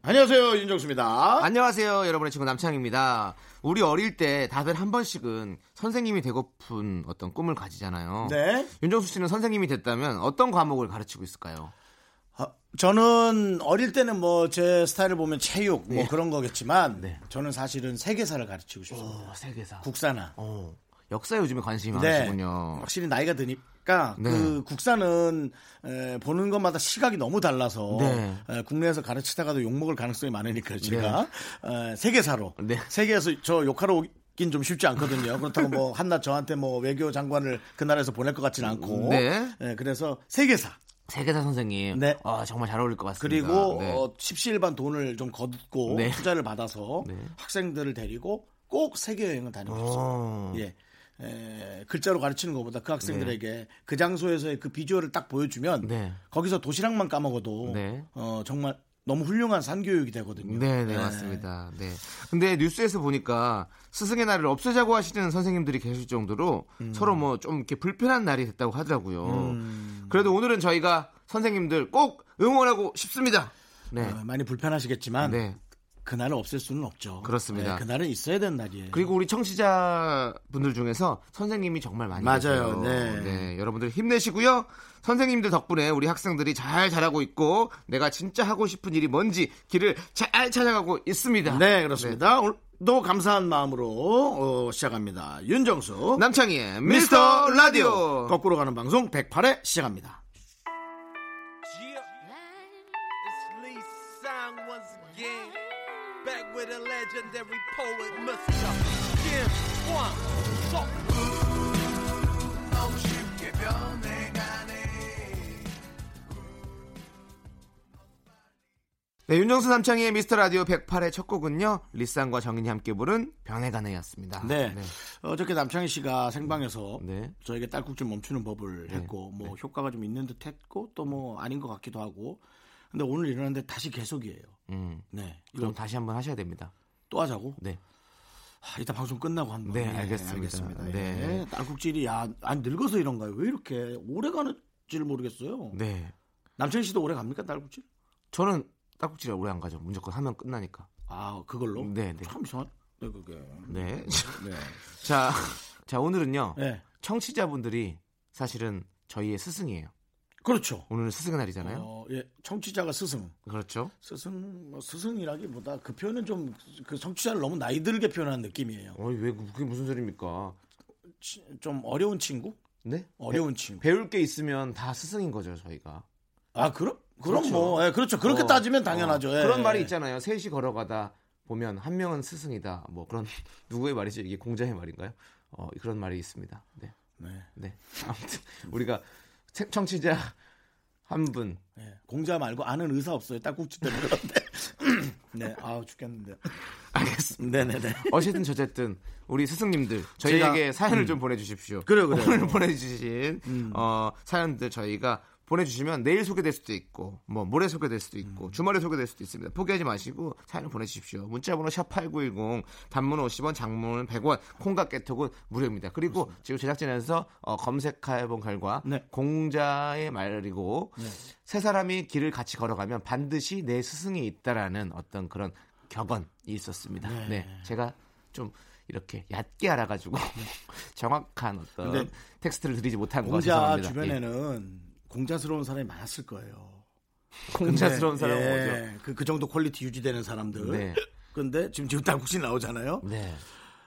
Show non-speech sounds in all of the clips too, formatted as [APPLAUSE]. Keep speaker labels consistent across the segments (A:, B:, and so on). A: 안녕하세요 윤정수입니다.
B: 어? 안녕하세요, 여러분의 친구 남창입니다. 우리 어릴 때 다들 한 번씩은 선생님이 되고픈 어떤 꿈을 가지잖아요.
A: 네.
B: 윤정수 씨는 선생님이 됐다면 어떤 과목을 가르치고 있을까요?
A: 아, 저는 어릴 때는 뭐 제 스타일을 보면 체육 뭐 그런 거겠지만 저는 사실은 어, 세계사를 가르치고 싶습니다.
B: 세계사.
A: 국사나.
B: 어, 역사에 요즘에 관심이
A: 네.
B: 많으시군요.
A: 확실히 나이가 드니까
B: 네.
A: 그 국사는 에, 보는 것마다 시각이 너무 달라서
B: 네.
A: 에, 국내에서 가르치다가도 욕먹을 가능성이 많으니까 제가 에, 세계사로
B: 네.
A: 세계에서 저 욕하러 오긴 좀 쉽지 않거든요. 그렇다고 뭐 한낱 저한테 뭐 외교 장관을 그 나라에서 보낼 것 같지는 않고
B: 네.
A: 에, 그래서 세계사
B: 세계사 선생님.
A: 네.
B: 아, 정말 잘 어울릴 것 같습니다.
A: 그리고
B: 네.
A: 어, 십시일반 돈을 좀 거둡고
B: 네.
A: 투자를 받아서
B: 네.
A: 학생들을 데리고 꼭 세계 여행을 다니고 싶어요.
B: 어,
A: 예. 에, 글자로 가르치는 것보다 그 학생들에게 그 장소에서의 그 비주얼을 딱 보여주면
B: 네.
A: 거기서 도시락만 까먹어도
B: 네.
A: 어, 정말 너무 훌륭한 산교육이 되거든요.
B: 네, 네,
A: 예.
B: 맞습니다. 네. 근데 뉴스에서 보니까 스승의 날을 없애자고 하시는 선생님들이 계실 정도로
A: 음.
B: 서로 뭐 좀 이렇게 불편한 날이 됐다고 하더라고요.
A: 음.
B: 그래도 오늘은 저희가 선생님들 꼭 응원하고 싶습니다. 네.
A: 어, 많이 불편하시겠지만
B: 네.
A: 그날은 없을 수는 없죠.
B: 그렇습니다.
A: 예, 그날은 있어야 되는 날이에요.
B: 그리고 우리 청취자분들 중에서 선생님이 정말 많이
A: 맞아요.
B: 계세요.
A: 네.
B: 여러분들 힘내시고요. 선생님들 덕분에 우리 학생들이 잘 자라고 있고 내가 진짜 하고 싶은 일이 뭔지 길을 잘 찾아가고 있습니다.
A: 네 그렇습니다. 오늘도 감사한 마음으로 어, 시작합니다.
B: 네.
A: 윤정수 미스터
B: 남창희의 미스터
A: 라디오
B: 라디오.
A: 거꾸로 가는 방송 108회 시작합니다.
B: 네, 윤정수 남창희의 미스터 라디오 108의 첫 곡은요. 리쌍과 정인이 함께 부른 변해가네였습니다.
A: 네. 어저께 남창희 씨가 생방에서
B: 네.
A: 저에게 딸꾹질 멈추는 법을 했고 뭐 효과가 좀 있는 듯 했고 또 뭐 아닌 것 같기도 하고 근데 오늘 일어났는데 다시 계속이에요.
B: 음.
A: 네.
B: 그럼 다시 한번 하셔야 됩니다.
A: 또 하자고?
B: 네.
A: 아, 이따 방송 끝나고 한번.
B: 네,
A: 예,
B: 알겠습니다.
A: 알겠습니다.
B: 네.
A: 예. 딸꾹질이 야, 안 늙어서 이런가요? 왜 이렇게 오래 가는지를 모르겠어요.
B: 네.
A: 남창희 씨도 오래 갑니까 딸꾹질?
B: 저는 딱꼭지를 오래 안 가죠. 무조건 하면 끝나니까.
A: 아 그걸로?
B: 네, 네.
A: 참 이상한. 네, 그게.
B: 네.
A: 네.
B: [LAUGHS] 자, 자 오늘은요.
A: 네.
B: 청취자분들이 사실은 저희의 스승이에요.
A: 그렇죠.
B: 오늘 스승의 날이잖아요.
A: 어, 예, 청취자가 스승.
B: 그렇죠.
A: 스승, 뭐 스승이라기보다 그 표현은 좀 그 청취자를 너무 나이 들게 표현한 느낌이에요.
B: 어이 왜 그게 무슨 소리입니까?
A: 치- 좀 어려운 친구?
B: 네.
A: 어려운 친구.
B: 배울 게 있으면 다 스승인 거죠 저희가.
A: 아, 그럼? 그럼
B: 그렇죠.
A: 뭐, 예, 그렇죠. 그렇게
B: 어,
A: 따지면 당연하죠.
B: 어,
A: 예.
B: 그런 말이 있잖아요. 셋이 걸어가다 보면 한 명은 스승이다. 뭐 그런 [LAUGHS] 누구의 말이죠? 이게 공자의 말인가요? 어, 그런 말이 있습니다. 네.
A: 네.
B: 네. 아무튼 우리가 책- 청취자 한 분.
A: 예, 공자 말고 아는 의사 없어요. 딱국지 때문에 [LAUGHS] 그런데. 네, 아 죽겠는데.
B: 알겠습니다.
A: 네네네.
B: [LAUGHS] 어쨌든 저쨌든 우리 스승님들 저희에게
A: 저희가- 음.
B: 사연을 좀 보내주십시오.
A: 그래요, 음. 그래요.
B: 오늘 보내주신 어, 사연들 저희가 보내주시면 내일 소개될 수도 있고 뭐 모레 소개될 수도 있고
A: 음.
B: 주말에 소개될 수도 있습니다. 포기하지 마시고 사연을 보내주십시오. 문자번호 샵 #8910 단문 50원, 장문 100원, 콩과 깨톡은 무료입니다. 그리고 지금 제작진에서 어, 검색해본 결과
A: 네.
B: 공자의 말이고 세 사람이 길을 같이 걸어가면 반드시 내 스승이 있다라는 어떤 그런 격언이 있었습니다. 네, 제가 좀 이렇게 얕게 알아가지고 [LAUGHS] 정확한 어떤
A: 근데
B: 텍스트를 드리지 못한 거
A: 공자
B: 죄송합니다. 예.
A: 주변에는 공자스러운 사람이 많았을 거예요.
B: 공자스러운
A: 근데,
B: 사람은
A: 예, 그, 그 정도 퀄리티 유지되는 사람들.
B: 네.
A: 근데 지금 지금 딸국지 나오잖아요.
B: 뭐죠? 네,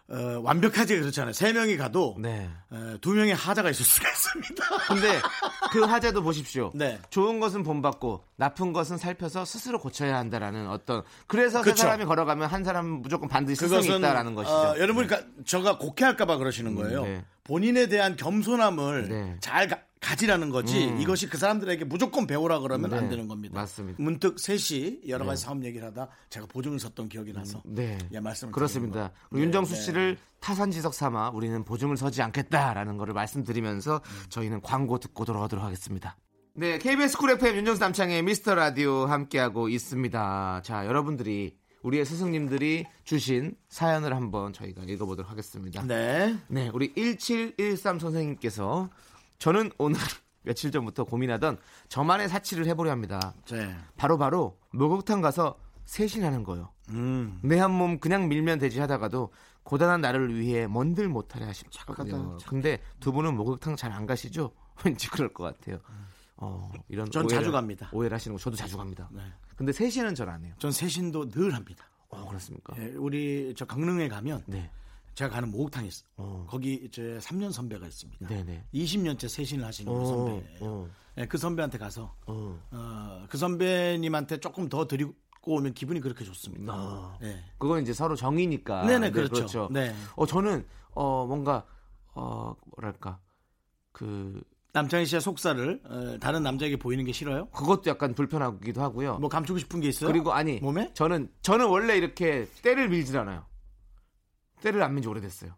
A: 어, 완벽하지 그렇잖아요. 세 명이 가도
B: 네.
A: 어, 두 명의 하자가 있을 수가 있습니다.
B: 근데
A: [LAUGHS]
B: 그 화제도 보십시오.
A: 네.
B: 좋은 것은 본받고 나쁜 것은 살펴서 스스로 고쳐야 한다라는 어떤 그래서 세
A: 그쵸.
B: 사람이 걸어가면 한 사람은 무조건 반드시 스승이 있다라는 것이죠. 음,
A: 어, 여러분, 그 저가 곡해할까봐 그러시는 거예요.
B: 네.
A: 본인에 대한 겸손함을
B: 네. 음.
A: 잘 가- 가지라는 거지 이것이 그 사람들에게 무조건 배우라 그러면 안
B: 네,
A: 되는 겁니다.
B: 맞습니다.
A: 문득 셋이 여러 가지 사업 얘기를 하다 제가 보증을 섰던 기억이 나서
B: 네.
A: 예, 말씀을 드리는
B: 그렇습니다.
A: 거.
B: 그리고 윤정수
A: 네, 네.
B: 씨를 타산지석 삼아 우리는 보증을 서지 않겠다라는 거를 말씀드리면서 저희는 광고 듣고 돌아오도록 하겠습니다. 네, KBS 쿨 FM 윤정수 남창의 미스터 라디오 함께하고 있습니다. 자, 여러분들이 우리의 스승님들이 주신 사연을 한번 저희가 읽어보도록 하겠습니다.
A: 네.
B: 네, 우리 1713 선생님께서 저는 오늘 [LAUGHS] 며칠 전부터 고민하던 저만의 사치를 해보려 합니다.
A: 네.
B: 바로바로 목욕탕 가서 세신하는 거요.
A: 음.
B: 내 한 몸 그냥 밀면 되지 하다가도 고단한 나를 위해 뭔들 못하려 하십니다. 네. 근데 두 분은 목욕탕 잘 안 가시죠? [LAUGHS] 왠지 그럴 것 같아요. 어, 이런
A: 전
B: 오해를-
A: 자주 갑니다.
B: 오해를 하시는 거 저도 자주 갑니다.
A: 네.
B: 근데 세시는 전 안 해요.
A: 전 세신도 늘 합니다.
B: 어, 그렇습니까?
A: 예, 우리 저 강릉에 가면
B: 네.
A: 제가 가는 목욕탕이 있어.
B: 어.
A: 거기 제 3년 선배가 있습니다.
B: 네네.
A: 20년째 세신을 하시는 우리 선배예요.
B: 어,
A: 예, 그 선배한테 가서
B: 어.
A: 어, 그 선배님한테 조금 더 드리고 오면 기분이 그렇게 좋습니다.
B: 아.
A: 예.
B: 그건 이제 서로 정이니까.
A: 네네, 그렇죠. 네.
B: 어, 저는, 어, 뭔가, 어, 뭐랄까, 그,
A: 남창희 씨의 속살을 어, 다른 남자에게 보이는 게 싫어요?
B: 그것도 약간 불편하기도 하고요.
A: 뭐 감추고 싶은 게 있어요?
B: 그리고 아니
A: 몸에?
B: 저는 저는 원래 이렇게 때를 밀질 않아요. 때를 안 민지 오래됐어요.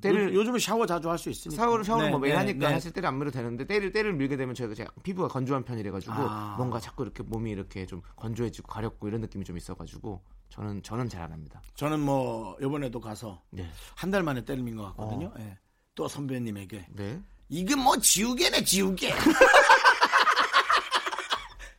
B: 때를
A: 음. 요, 즘에 샤워 자주 할 수 있으니까.
B: 샤워를 샤워를
A: 네,
B: 뭐 매일
A: 네,
B: 하니까
A: 네.
B: 사실 때를 안 밀어도 되는데 때를 때를 밀게 되면 저희가 제가 피부가 건조한 편이라 가지고
A: 아.
B: 뭔가 자꾸 이렇게 몸이 이렇게 좀 건조해지고 가렵고 이런 느낌이 좀 있어 가지고 저는 저는 잘 안 합니다.
A: 저는 뭐 이번에도 가서
B: 네.
A: 한 달 만에 때를 민 것 같거든요.
B: 어.
A: 예. 또 선배님에게
B: 네.
A: 이게 뭐 지우개네 지우개. [LAUGHS]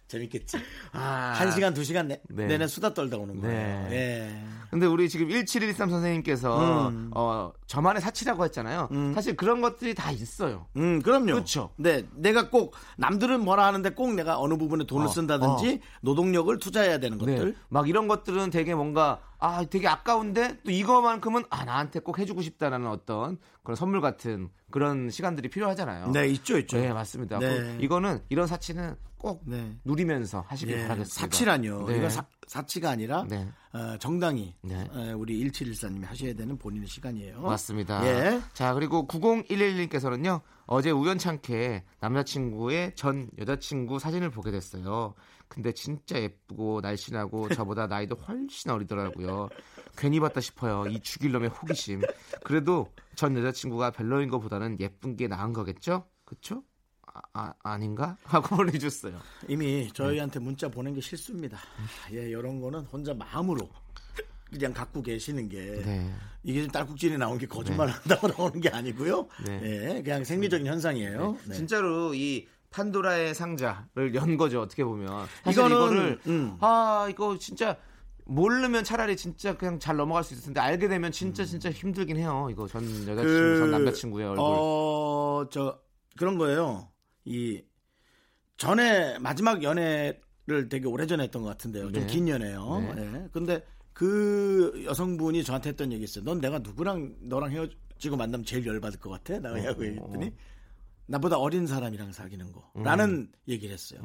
A: 재밌겠지.
B: 아.
A: 한 시간 두 시간 내,
B: 네.
A: 내내 수다 떨다 오는 거예요.
B: 네.
A: 예.
B: 근데 우리 지금 1713 선생님께서
A: 음.
B: 어 저만의 사치라고 했잖아요. 사실 그런 것들이 다 있어요.
A: 음, 그럼요.
B: 그쵸.
A: 네, 내가 꼭 남들은 뭐라 하는데 꼭 내가 어느 부분에 돈을
B: 어,
A: 쓴다든지 노동력을 투자해야 되는 것들.
B: 네. 막 이런 것들은 되게 뭔가 아 되게 아까운데 또 이거만큼은 아 나한테 꼭 해주고 싶다라는 어떤 그런 선물 같은 그런 시간들이 필요하잖아요.
A: 네, 있죠, 있죠.
B: 네, 맞습니다.
A: 네.
B: 그럼 이거는 이런 사치는 꼭
A: 네.
B: 누리면서 하시길
A: 예,
B: 바라겠습니다.
A: 사치라뇨.
B: 네.
A: 이건 사, 사치가 아니라
B: 네.
A: 어, 정당히
B: 네.
A: 어, 우리 1714님이 하셔야 되는 본인의 시간이에요.
B: 맞습니다.
A: 어? 예.
B: 자 그리고 9011님께서는요 어제 우연찮게 남자친구의 전 여자친구 사진을 보게 됐어요. 근데 진짜 예쁘고 날씬하고 저보다 나이도 훨씬 어리더라고요. 괜히 봤다 싶어요. 이 죽일 놈의 호기심. 그래도 전 여자친구가 별로인 것보다는 예쁜 게 나은 거겠죠? 그쵸? 아, 아 아닌가? 하고 [LAUGHS] 보내줬어요.
A: 이미 저희한테 문자 보낸 게 실수입니다. 예, 이런 거는 혼자 마음으로 그냥 갖고 계시는 게
B: 네.
A: 이게 지금 딸꾹질이 나온 게 거짓말한다고 [LAUGHS] 나오는 게 아니고요.
B: 네.
A: 예, 그냥 생리적인 현상이에요. 네.
B: 어? 진짜로 이 판도라의 상자를 연 거죠 어떻게 보면 사실
A: 이거는,
B: 이거를
A: 음.
B: 아 이거 진짜 모르면 차라리 진짜 그냥 잘 넘어갈 수 있을 텐데 알게 되면
A: 음.
B: 진짜 진짜 힘들긴 해요 이거 전 여자친구 전 남자친구의 얼굴
A: 그, 어, 저 그런 거예요. 이 전에 마지막 연애를 되게 오래전에 했던 것 같은데요.
B: 네.
A: 좀 긴 연애요. 예. 근데 그 여성분이 저한테 했던 얘기 있어요. 넌 내가 누구랑 너랑 헤어지고 만나면 제일 열받을 것 같아?
B: 어,
A: 나가고 했더니 나보다 어린 사람이랑 사귀는 거.
B: 음.
A: 라는 얘기를 했어요.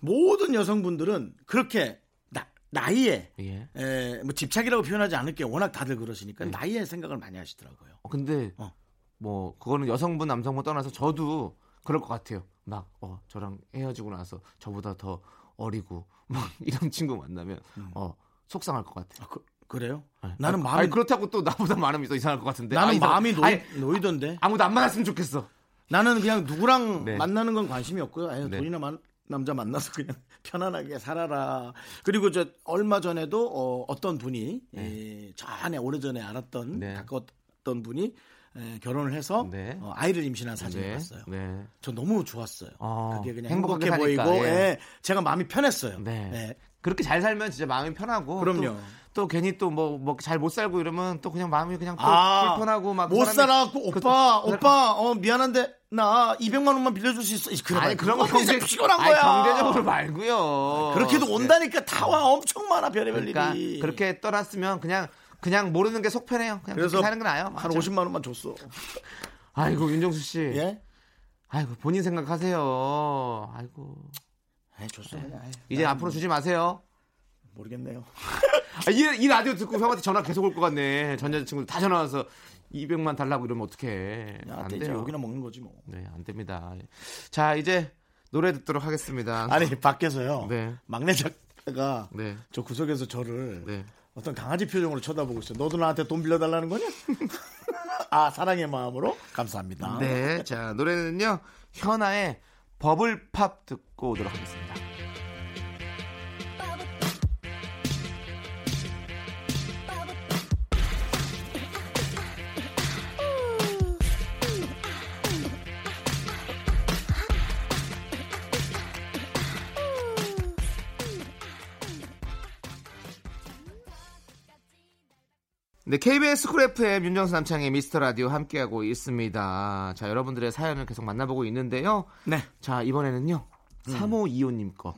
A: 모든 여성분들은 그렇게 나, 나이에
B: 예.
A: 에, 뭐 집착이라고 표현하지 않을게 워낙 다들 그러시니까 나이에 생각을 많이 하시더라고요.
B: 어, 근데
A: 어.
B: 뭐 그거는 여성분 남성분 떠나서 저도 그럴 것 같아요 막 어, 저랑 헤어지고 나서 저보다 더 어리고 막 [LAUGHS] 이런 친구 만나면 어 속상할 것 같아요
A: 아, 그, 그래요?
B: 네.
A: 음. 나는
B: 아니,
A: 마음이
B: 아니, 그렇다고 또 나보다 많으면 또 이상할 것 같은데
A: 나는
B: 아, 이상-
A: 마음이 노이,
B: 아니,
A: 던데
B: 아무도 안 만났으면 좋겠어.
A: 나는 그냥 누구랑
B: 네.
A: 만나는 건 관심이 없고요. 아유,
B: 네.
A: 돈이나 많- 남자 만나서 그냥 [LAUGHS] 편안하게 살아라. 그리고 저 얼마 전에도 어, 떤 분이 이, 전에 오래전에 알았던
B: 네.
A: 가까웠던 분이 에, 결혼을 해서
B: 네.
A: 어, 아이를 임신한 사진을 봤어요.
B: 네.
A: 저 너무 좋았어요.
B: 어,
A: 그게 그냥
B: 행복하게
A: 행복해
B: 사니까,
A: 보이고
B: 예.
A: 예, 제가 마음이 편했어요.
B: 네.
A: 예.
B: 그렇게 잘 살면 진짜 마음이 편하고.
A: 그럼요.
B: 또, 또 괜히 또 뭐 뭐 잘 못 살고 이러면 또 그냥 마음이 그냥 또 불편하고 막그
A: 아, 못
B: 사람이-
A: 살아갖고
B: 그-
A: 오빠
B: 그-
A: 오빠 어 미안한데 나 200만 원만 빌려줄 수 있어 그래,
B: 아니 그런 거
A: 경제
B: 경제
A: 피곤한
B: 아니,
A: 거야
B: 경제적으로 말고요.
A: 그렇게도 온다니까 다 와 엄청 많아 별의별
B: 어. 그러니까
A: 일이
B: 그렇게 떠났으면 그냥 그냥 모르는 게 속 편해요. 그냥 그렇게 사는 건 나아요.
A: 한
B: 맞아.
A: 50만 원만 줬어
B: 아이고 윤정수 씨.
A: 예?
B: 아이고 본인 생각하세요. 아이고
A: 에 줬어 그냥 네. 아이,
B: 이제 앞으로 주지 마세요.
A: 모르겠네요
B: 아, 이, 이 라디오 듣고 형한테 전화 계속 올 것 같네. 전 여자친구 다 전화 와서 200만 달라고 이러면 어떡해.
A: 야,
B: 안
A: 돼지
B: 돼요.
A: 욕이나 먹는 거지 뭐.
B: 네, 안 됩니다. 자, 이제 노래 듣도록 하겠습니다.
A: 아니 밖에서요.
B: 네.
A: 막내 작가가
B: 네.
A: 저 구석에서 저를
B: 네.
A: 어떤 강아지 표정으로 쳐다보고 있어. 요 너도 나한테 돈 빌려달라는 거냐? [LAUGHS] 아 사랑의 마음으로 감사합니다.
B: 네, 자 노래는요 현아의 버블팝 듣고 오도록 하겠습니다. 네, KBS 쿨 FM 윤정수 남창의 미스터 라디오 함께하고 있습니다. 자, 여러분들의 사연을 계속 만나보고 있는데요.
A: 네.
B: 자, 이번에는요. 3525님 거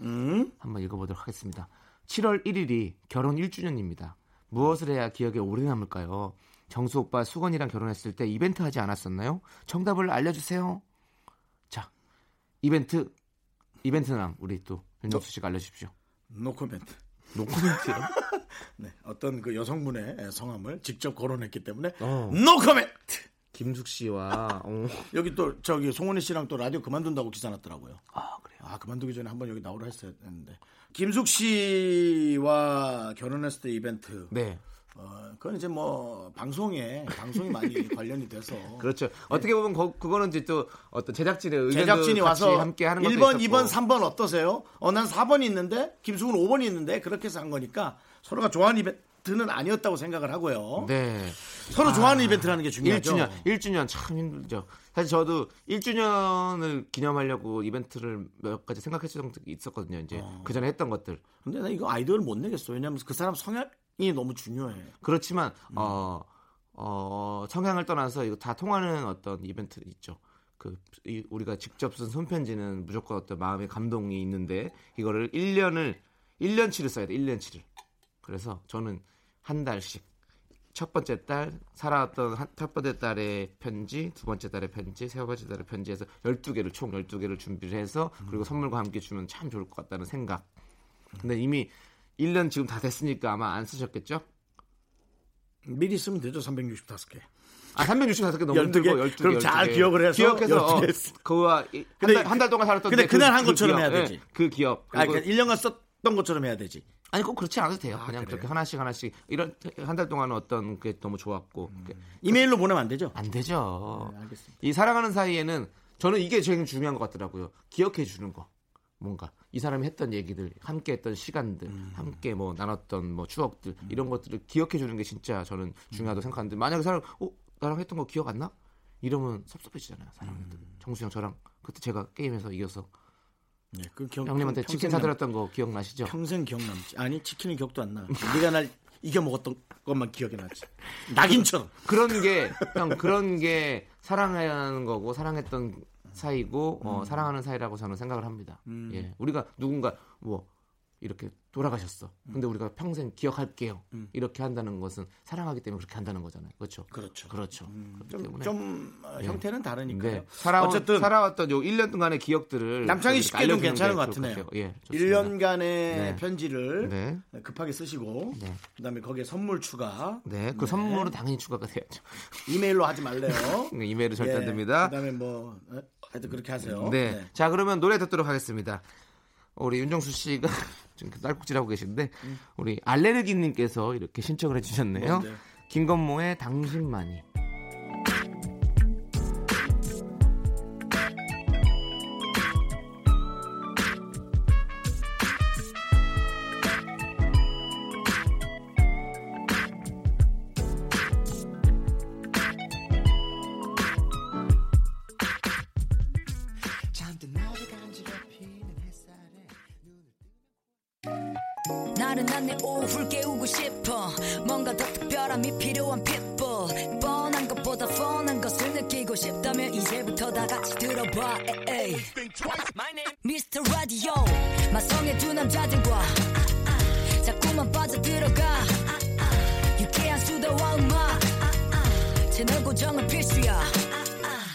B: 한번 읽어보도록 하겠습니다. 7월 1일이 결혼 1주년입니다. 무엇을 해야 기억에 오래 남을까요? 정수 오빠 수건이랑 결혼했을 때 이벤트 하지 않았었나요? 정답을 알려주세요. 자, 이벤트, 이벤트남 우리 또 윤정수 씨가 알려주십시오.
A: 노코멘트.
B: 노코멘트요? [LAUGHS]
A: 네. 어떤 그 여성분의 성함을 직접 거론했기 때문에
B: 어.
A: 노코멘트.
B: 김숙 씨와 어.
A: 여기 또 저기 송은희 씨랑 또 라디오 그만둔다고 기사 났더라고요.
B: 아 그래요.
A: 아 그만두기 전에 한번 여기 나오라 했어야 했는데 김숙 씨와 결혼했을 때 이벤트.
B: 네.
A: 어, 그건 이제 뭐 방송에 방송이
B: [LAUGHS]
A: 많이 관련이 돼서
B: 그렇죠. 어떻게 보면 거, 그거는 이제 또 어떤 제작진의 의견도
A: 제작진이 와서
B: 함께 하는 것도
A: 1번,
B: 있었고.
A: 2번, 3번 어떠세요? 어, 난 4번이 있는데 김숙은 5번이 있는데 그렇게 해서 한 거니까 서로가 좋아하는 이벤트는 아니었다고 생각을 하고요.
B: 네.
A: 서로 좋아하는 이벤트라는 게 중요하죠.
B: 1주년, 1주년 참 힘들죠. 사실 저도 1주년을 기념하려고 이벤트를 몇 가지 생각했던 적이 있었거든요. 이제 그 전에 했던 것들.
A: 근데 나 이거 아이디어를 못 내겠어. 왜냐하면 그 사람 성향이 너무 중요해.
B: 그렇지만 어, 어, 성향을 떠나서 이거 다 통하는 어떤 이벤트 있죠. 그 이- 우리가 직접 쓴 손편지는 무조건 어떤 마음의 감동이 있는데 이거를 1년을 1년치를 써야 돼. 1년치를. 그래서 저는 한 달씩 첫 번째 달 살아왔던 한- 첫 번째 달의 편지, 두 번째 달의 편지, 세 번째 달의 편지에서 12개를 총 12개를 준비를 해서 그리고 선물과 함께 주면 참 좋을 것 같다는 생각. 근데 이미 1년 지금 다 됐으니까 아마 안 쓰셨겠죠?
A: 미리 쓰면 되죠. 365개.
B: 아, 365개 너무
A: 12개?
B: 힘들고 12개.
A: 그럼 잘 기억을 해서
B: 기억해서
A: 12개
B: 어,
A: 했어.
B: 그거와 이- 한
A: 근데
B: 달, 한달 동안 살았던
A: 근데 그날 한 것처럼
B: 기억,
A: 해야
B: 예,
A: 되지.
B: 그 기억.
A: 아,
B: 그리고-
A: 그러니까 1년간 썼던 것처럼 해야 되지.
B: 아니 꼭 그렇지 않아도 돼요. 그냥 그렇게 하나씩 하나씩 이런 한 달 동안 어떤 게 너무 좋았고
A: 음.
B: 그게
A: 이메일로 보내면 안 되죠.
B: 안 되죠.
A: 네, 알겠습니다.
B: 이 살아가는 사이에는 저는 이게 제일 중요한 것 같더라고요. 기억해 주는 거. 뭔가 이 사람이 했던 얘기들, 함께 했던 시간들,
A: 음.
B: 함께 뭐 나눴던 뭐 추억들 이런 것들을 기억해 주는 게 진짜 저는 중요하다고
A: 음.
B: 생각하는데 만약에 사람 어 나랑 했던 거 기억 안 나? 이러면 섭섭해지잖아요. 사람
A: 음.
B: 정수영 저랑 그때 제가 게임에서 이겨서
A: 네, 그 기억,
B: 형님한테
A: 평생
B: 치킨
A: 남-
B: 사드렸던 거 기억나시죠?
A: 평생 기억 남지. 아니 치킨은 기억도 안 나. 네가 날 이겨 먹었던 것만 기억이 나지. 낙인처럼.
B: 그런 게, 형, 그런 게 사랑하는 거고, 사랑했던 사이고, 어,
A: 음.
B: 사랑하는 사이라고 저는 생각을 합니다. 예. 우리가 누군가, 뭐, 이렇게 돌아가셨어.
A: 음.
B: 근데 우리가 평생 기억할게요. 이렇게 한다는 것은 사랑하기 때문에 그렇게 한다는 거잖아요. 그렇죠.
A: 그렇죠.
B: 그렇죠. 그렇기
A: 좀,
B: 때문에.
A: 좀 어, 형태는 다르니까요.
B: 네. 살아온,
A: 어쨌든
B: 살아왔던 요 1년 동안의 기억들을.
A: 남창희
B: 저희가
A: 씨께 좀
B: 알려주는
A: 괜찮은
B: 게
A: 것
B: 좋을
A: 같으네요.
B: 같아요. 예. 좋습니다.
A: 1년간의
B: 네.
A: 편지를
B: 네.
A: 급하게 쓰시고
B: 네.
A: 그다음에 거기에 선물 추가.
B: 네. 그 선물은 당연히 추가가 돼야죠.
A: 이메일로 하지 말래요.
B: 네, [LAUGHS] 이메일은 절대 안
A: 예,
B: 됩니다.
A: 그다음에 뭐 어? 하여튼 그렇게 하세요.
B: 네. 자, 그러면 노래 듣도록 하겠습니다. 우리 윤정수 씨가 [LAUGHS] 지금 딸꾹질하고 계신데 우리 알레르기 님께서 이렇게 신청을 해 주셨네요.
A: 음. 뭔데요?
B: 김건모의 당신만이.
C: 나른한 내 오후를 깨우고 싶어 뭔가 더 특별함이 필요한 people 뻔한 것보다 뻔한 것을 느끼고 싶다면 이제부터 다 같이 들어봐 에이. Mr. Radio 마성의 두 남자들과 자꾸만 빠져들어가 유쾌한 수다와 음악 채널 고정은 필수야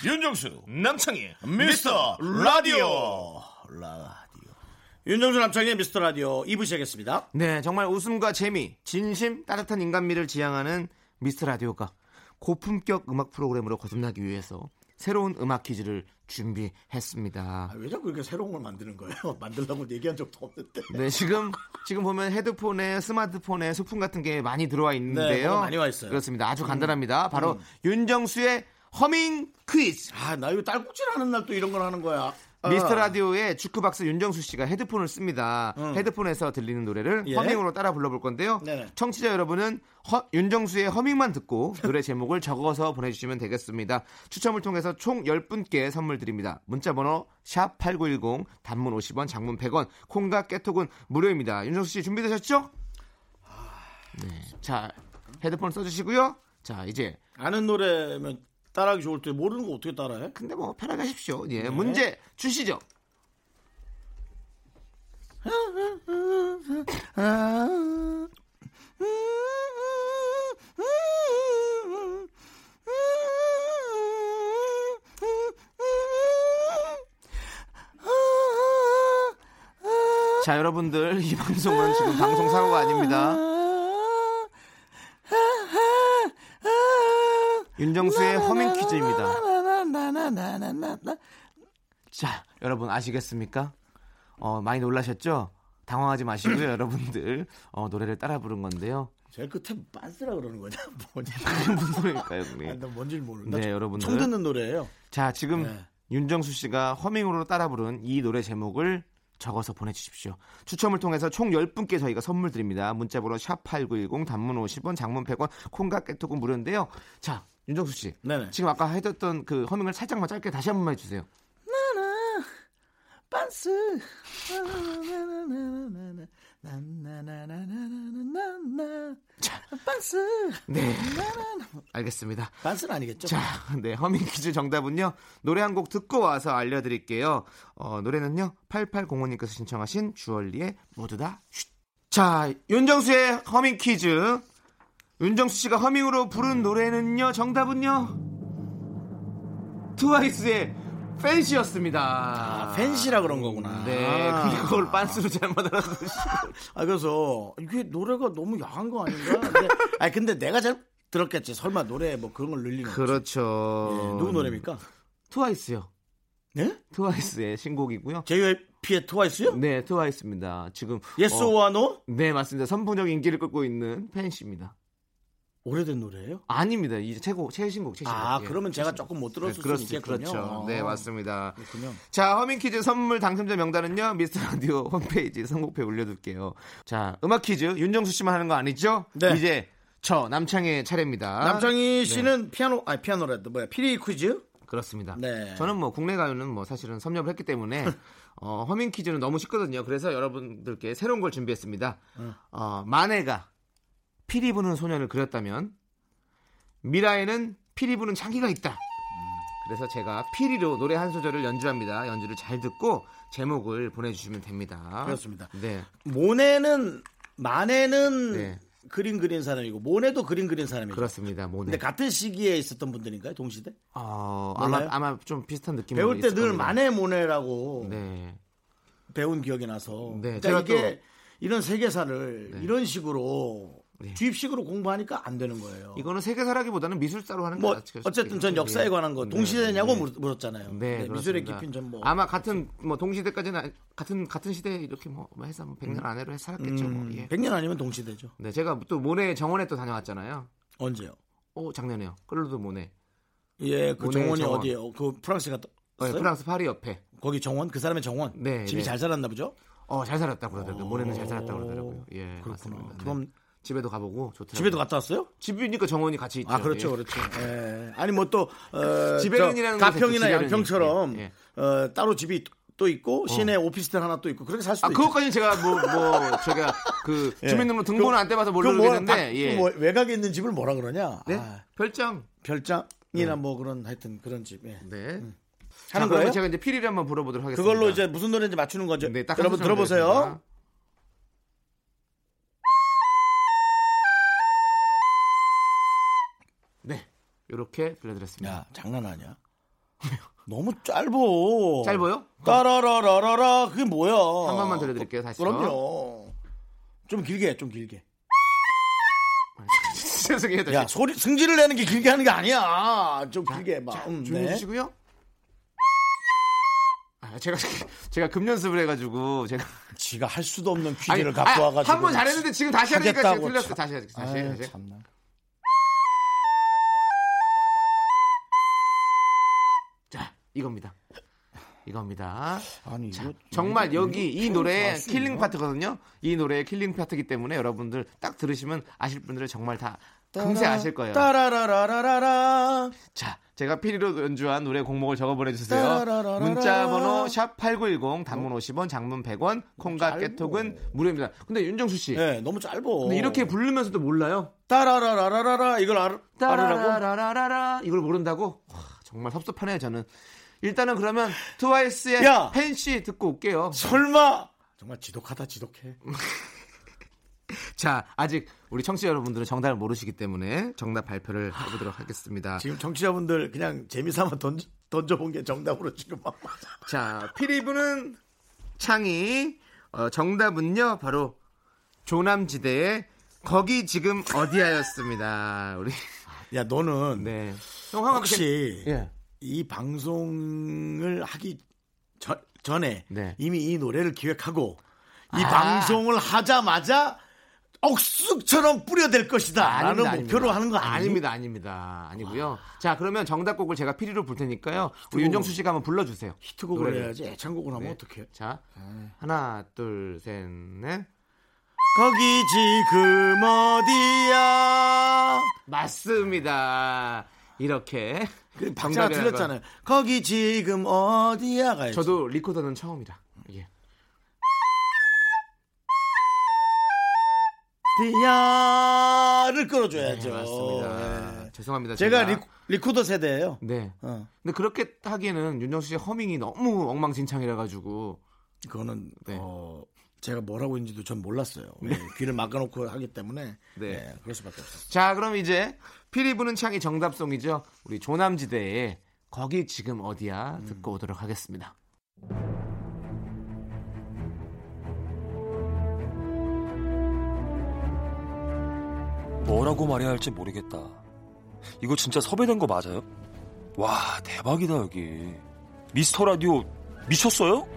D: 윤정수 남창희
A: 미스터 라디오. 라디오. 윤정수 남창의 미스터 라디오 2부 시작했습니다.
B: 네, 정말 웃음과 재미, 진심, 따뜻한 인간미를 지향하는 미스터 라디오가 고품격 음악 프로그램으로 거듭나기 위해서 새로운 음악 퀴즈를 준비했습니다.
A: 아, 왜 자꾸 이렇게 새로운 걸 만드는 거예요? [LAUGHS] 만들라고 얘기한 적도 없는데.
B: 네, 지금 지금 보면 헤드폰에 스마트폰에 소품 같은 게 많이 들어와 있는데요.
A: 뭐가 네, 많이 와 있어요. 음.
B: 그렇습니다. 아주 간단합니다. 바로 윤정수의 허밍 퀴즈.
A: 아, 나 이거 딸꾹질 하는 날 또 이런 걸 하는 거야. 아.
B: 미스터 라디오의 주크 박스 윤정수 씨가 헤드폰을 씁니다. 헤드폰에서 들리는 노래를
A: 음. 예.
B: 허밍으로 따라 불러볼 건데요.
A: 네네.
B: 청취자 여러분은 허- 윤정수의 허밍만 듣고 노래 제목을 적어서 보내주시면 되겠습니다. 추첨을 통해서 총 10분께 선물 드립니다. 문자번호 샵 #8910 단문 50원, 장문 100원, 콩과 깨톡은 무료입니다. 윤정수 씨 준비되셨죠?
A: 아,
B: 네. 자 헤드폰 써주시고요. 자 이제
A: 아는 노래면 따라하기 좋을 때 모르는 거 어떻게 따라해?
B: 근데 뭐 편하게 하십시오. 예,
A: 네.
B: 문제 주시죠. 아. 자 여러분들 이 방송은 지금 방송 사고가 아닙니다. 윤정수의 허밍 퀴즈입니다. 자 여러분 아시겠습니까? 어, 많이 놀라셨죠? 당황하지 마시고요 여러분들 어, 노래를 따라 부른 건데요.
A: 제일 끝에 그 빤스라 그러는 거냐? [LAUGHS] 뭐냐?
B: [LAUGHS] 무슨 소리일까요,
A: 아,
B: 형님?
A: 나 뭔지 모르는데.
B: 네 여러분들.
A: 처음 듣는 노래예요.
B: 자 지금
A: 네.
B: 윤정수 씨가 허밍으로 따라 부른 이 노래 제목을 적어서 보내주십시오. 추첨을 통해서 총 10분께 저희가 선물 드립니다. 문자번호 샵8910 단문 50원 장문 100원 콩과 깨톡은 무료인데요. 자 윤정수 씨
A: 네네.
B: 지금 아까 해줬던 그 허밍을 살짝만 짧게 다시 한 번만 해주세요.
A: 나나 빤스 아, 나나나나나나 나나나나나나 빤스
B: 네 알겠습니다.
A: 빤스는 아니겠죠?
B: 자, 네, 허밍 퀴즈 정답은요. 노래 한 곡 듣고 와서 알려드릴게요. 어, 노래는요, 8805님께서 신청하신 주얼리의 모두 다 슛. 자, 윤정수의 허밍 퀴즈. 윤정수 씨가 허밍으로 부른 노래는요, 정답은요, 트와이스의 팬시였습니다.
A: 아, 팬시라 아. 그런 거구나.
B: 네, 근데 그걸 빤스로 잘못 알아듣으시고.
A: 아 그래서 이게 노래가 너무 야한 거 아닌가? 근데, 아 근데 내가 잘 들었겠지. 설마 노래 뭐 그런 걸 늘리는 거.
B: 그렇죠.
A: 누구 노래입니까?
B: 트와이스요.
A: 네?
B: 트와이스의 신곡이고요.
A: JYP의 트와이스요?
B: 네, 트와이스입니다. 지금
A: Yes
B: 어,
A: or No?
B: 네 맞습니다. 선풍적 인기를 끌고 있는 팬씨입니다.
A: 오래된 노래예요?
B: 아닙니다. 이제 최고 최신곡 최신곡.
A: 아
B: 예.
A: 그러면 제가 조금 못
B: 네,
A: 들었을 수
B: 그렇습니다.
A: 있겠군요.
B: 그렇죠. 네
A: 어,
B: 맞습니다.
A: 그렇군요.
B: 자 허밍 퀴즈 선물 당첨자 명단은요 미스터 라디오 [LAUGHS] 홈페이지 선곡표에 올려둘게요. 자 음악 퀴즈 윤정수 씨만 하는 거 아니죠?
A: 네.
B: 이제 저 남창의 차례입니다. 네.
A: 남창희 씨는 피아노 아니 피아노라도 뭐야 피리 퀴즈?
B: 그렇습니다.
A: 네.
B: 저는 뭐 국내 가요는 뭐 사실은 섭렵을
A: [LAUGHS]
B: 했기 때문에 어, 허밍 퀴즈는 너무 쉽거든요. 그래서 여러분들께 새로운 걸 준비했습니다. 어, 만해가 피리 부는 소년을 그렸다면 미라에는 피리 부는 창기가 있다. 그래서 제가 피리로 노래 한 소절을 연주합니다. 연주를 잘 듣고 제목을 보내주시면 됩니다.
A: 그렇습니다.
B: 네.
A: 모네는 만에는
B: 네.
A: 그림 그린 사람이고 모네도 그림 그린 사람이고.
B: 그렇습니다. 모네.
A: 근데 같은 시기에 있었던 분들인가요? 동시대?
B: 어, 아마,
A: 몰라요?
B: 아마 좀 비슷한 느낌이
A: 배울 때 늘 만에 모네라고
B: 네.
A: 배운 기억이 나서.
B: 네,
A: 그러니까
B: 제가 네.
A: 이게 이런 세계사를 이런 식으로 주입식으로 공부하니까 안 되는 거예요.
B: 이거는 세계사라기보다는 미술사로 하는
A: 어. 뭐
B: 거죠
A: 어쨌든 전 역사에 관한 거 동시대냐고 물- 물었잖아요.
B: 예. 네,
A: 네, 미술의
B: 그렇습니다.
A: 깊이는 좀 뭐.
B: 아마 같은 뭐 동시대까지는 아니- 같은 같은 시대 이렇게 뭐 해서 뭐
A: 음.
B: 100년 안에로 해서 살았겠죠. 뭐. 예.
A: 100년 그렇죠. 아니면 동시대죠.
B: 네, 제가 또 모네 정원에 또 다녀왔잖아요.
A: 언제요?
B: 오, 작년에요. 클로드 모네.
A: 예, 그
B: 모네
A: 정원이
B: 정원.
A: 어디예요? 그 프랑스 갔다.
B: 어,
A: 왔어요?
B: 프랑스 파리 옆에.
A: 거기 정원 그 사람의 정원
B: 네,
A: 집이
B: 네.
A: 잘 살았나 보죠
B: 어, 잘 살았다 그러더라고요. 모네는 잘 살았다
A: 오,
B: 그러더라고요. 예,
A: 그렇구나
B: 맞습니다. 네.
A: 그럼
B: 집에도 가보고 좋더라고요.
A: 집에도 갔다 왔어요
B: 집이니까 정원이 같이 있죠.
A: 아 그렇죠
B: 예.
A: 그렇죠 예. 아니 뭐또 어,
B: 지배른이라는
A: 저
B: 곳에
A: 가평이나
B: 있죠, 지배른이.
A: 양평처럼
B: 예, 어.
A: 어, 따로 집이 또 있고 시내 오피스텔 하나 또 있고 그렇게 살 수도
B: 아,
A: 있죠 예.
B: 그것까지는 제가 뭐, 뭐, 제가
A: [LAUGHS]
B: 그 주민등록 등본을 안 떼봐서
A: 그거 뭐,
B: 모르겠는데,
A: 다-
B: 예.
A: 뭐 외곽에 있는 집을 뭐라 그러냐
B: 네?
A: 아,
B: 별장.
A: 별장이나 뭐 그런 하여튼 그런 집 예.
B: 네. 자,
A: 하는
B: 그러면
A: 거예요
B: 제가 이제 피리를 한번 불어보도록 하겠습니다.
A: 그걸로 이제 무슨 노래인지 맞추는 거죠
B: 네, 딱
A: 여러분
B: 한 소절
A: 들어보세요
B: 드리겠습니다. 네, 이렇게 들려드렸습니다.
A: 야 장난 아니야 너무 짧아
B: 짧아요?
A: 따라라라라라 그게 뭐야?
B: 한 번만 들려드릴게요. 다시.
A: 그럼요. 좀 길게, 좀 길게.
B: 아, [LAUGHS] 죄송해요. 다시.
A: 야 소리 승질을 내는 게 길게 하는 게 아니야. 좀 길게 해봐. 음,
B: 조용히
A: 네.
B: 해주시고요. 아, 제가 [LAUGHS] 제가 금 연습을 해가지고 제가
A: 지가 할 수도 없는 퀴즈를
B: 아니,
A: 갖고
B: 아,
A: 와가지고
B: 한번 잘했는데 지금 다시 하니까 제가
A: 하겠다고
B: 틀렸어
A: 참.
B: 다시 하겠 다시
A: 아유,
B: 다시.
A: 참나.
B: 자 이겁니다. 이겁니다.
A: 아니 이거
B: 정말 여기 이 노래
A: 좋았어,
B: 킬링
A: 이거.
B: 파트거든요. 이 노래 킬링 파트이기 때문에 여러분들 딱 들으시면 아실 분들은 정말 다 금세 아실 거예요.
A: 따라라라라라라.
B: 자, 제가 피리로 연주한 노래 곡목을 적어 보내주세요.
A: 따라라라라라.
B: 문자번호 샵 #8910 단문 50원, 장문 100원, 콩과
A: 짧어.
B: 깨톡은 무료입니다. 근데 윤정수 씨,
A: 네, 너무 짧아.
B: 근데 이렇게 부르면서도 몰라요?
A: 따라라라라라라 이걸 알, 알으라고?
B: 따라라라라라 이걸 모른다고? 와, 정말 섭섭하네요, 저는. 일단은 그러면 트와이스의
A: 야!
B: 팬시 듣고 올게요.
A: 설마 정말 지독하다 지독해.
B: 자, 아직 우리 청취자 여러분들은 정답을 모르시기 때문에 정답 발표를 해보도록 하겠습니다.
A: 지금 정치자분들 그냥 재미삼아 던져, 던져본 게 정답으로 지금 막
B: 자, 피리부는 창이 어, 정답은요 바로 조남지대의 거기 지금 어디야였습니다. 우리
A: 야 너는
B: 네. 형, 형,
A: 혹시
B: 예.
A: 이 방송을 하기 전- 전에
B: 네.
A: 이미 이 노래를 기획하고 이
B: 아.
A: 방송을 하자마자 억쑥처럼 뿌려댈 것이다 라는
B: 아닙니다,
A: 목표로
B: 아닙니다.
A: 하는 거 아니?
B: 뭐 아닙니다, 아닙니다, 아니고요. 자, 그러면 정답곡을 제가 피리로 불 테니까요. 우리 윤정수 씨가 한번 불러주세요.
A: 히트곡을
B: 노래를.
A: 해야지 애창곡을 하면
B: 네.
A: 어떡해
B: 자, 하나, 둘, 셋, 넷.
A: 거기 지금 어디야
B: 맞습니다. 이렇게
A: 그 박자가
B: 정답이라는 건
A: 틀렸잖아요 거기 지금 어디야 가야지
B: 저도 리코더는 처음이라. 예.
A: 어디야를 끌어줘야죠
B: 네, 맞습니다.
A: 네.
B: 죄송합니다.
A: 제가 리, 리코더 세대예요
B: 네.
A: 어.
B: 근데 그렇게 하기에는 윤정수 씨 허밍이 너무 엉망진창이라 가지고
A: 그거는
B: 네.
A: 어, 제가 뭐라고 했는지도 전 몰랐어요. 왜 귀를 막아놓고 하기 때문에
B: 네.
A: 네, 그럴 수밖에 없어요.
B: 자, 그럼 이제 피리 부는 창이 정답송이죠. 우리 조남지대의 거기 지금 어디야
E: 음.
B: 듣고 오도록 하겠습니다.
F: 뭐라고 말해야 할지 모르겠다. 이거 진짜 섭외된 거 맞아요? 와, 대박이다, 여기. 미스터 라디오 미쳤어요?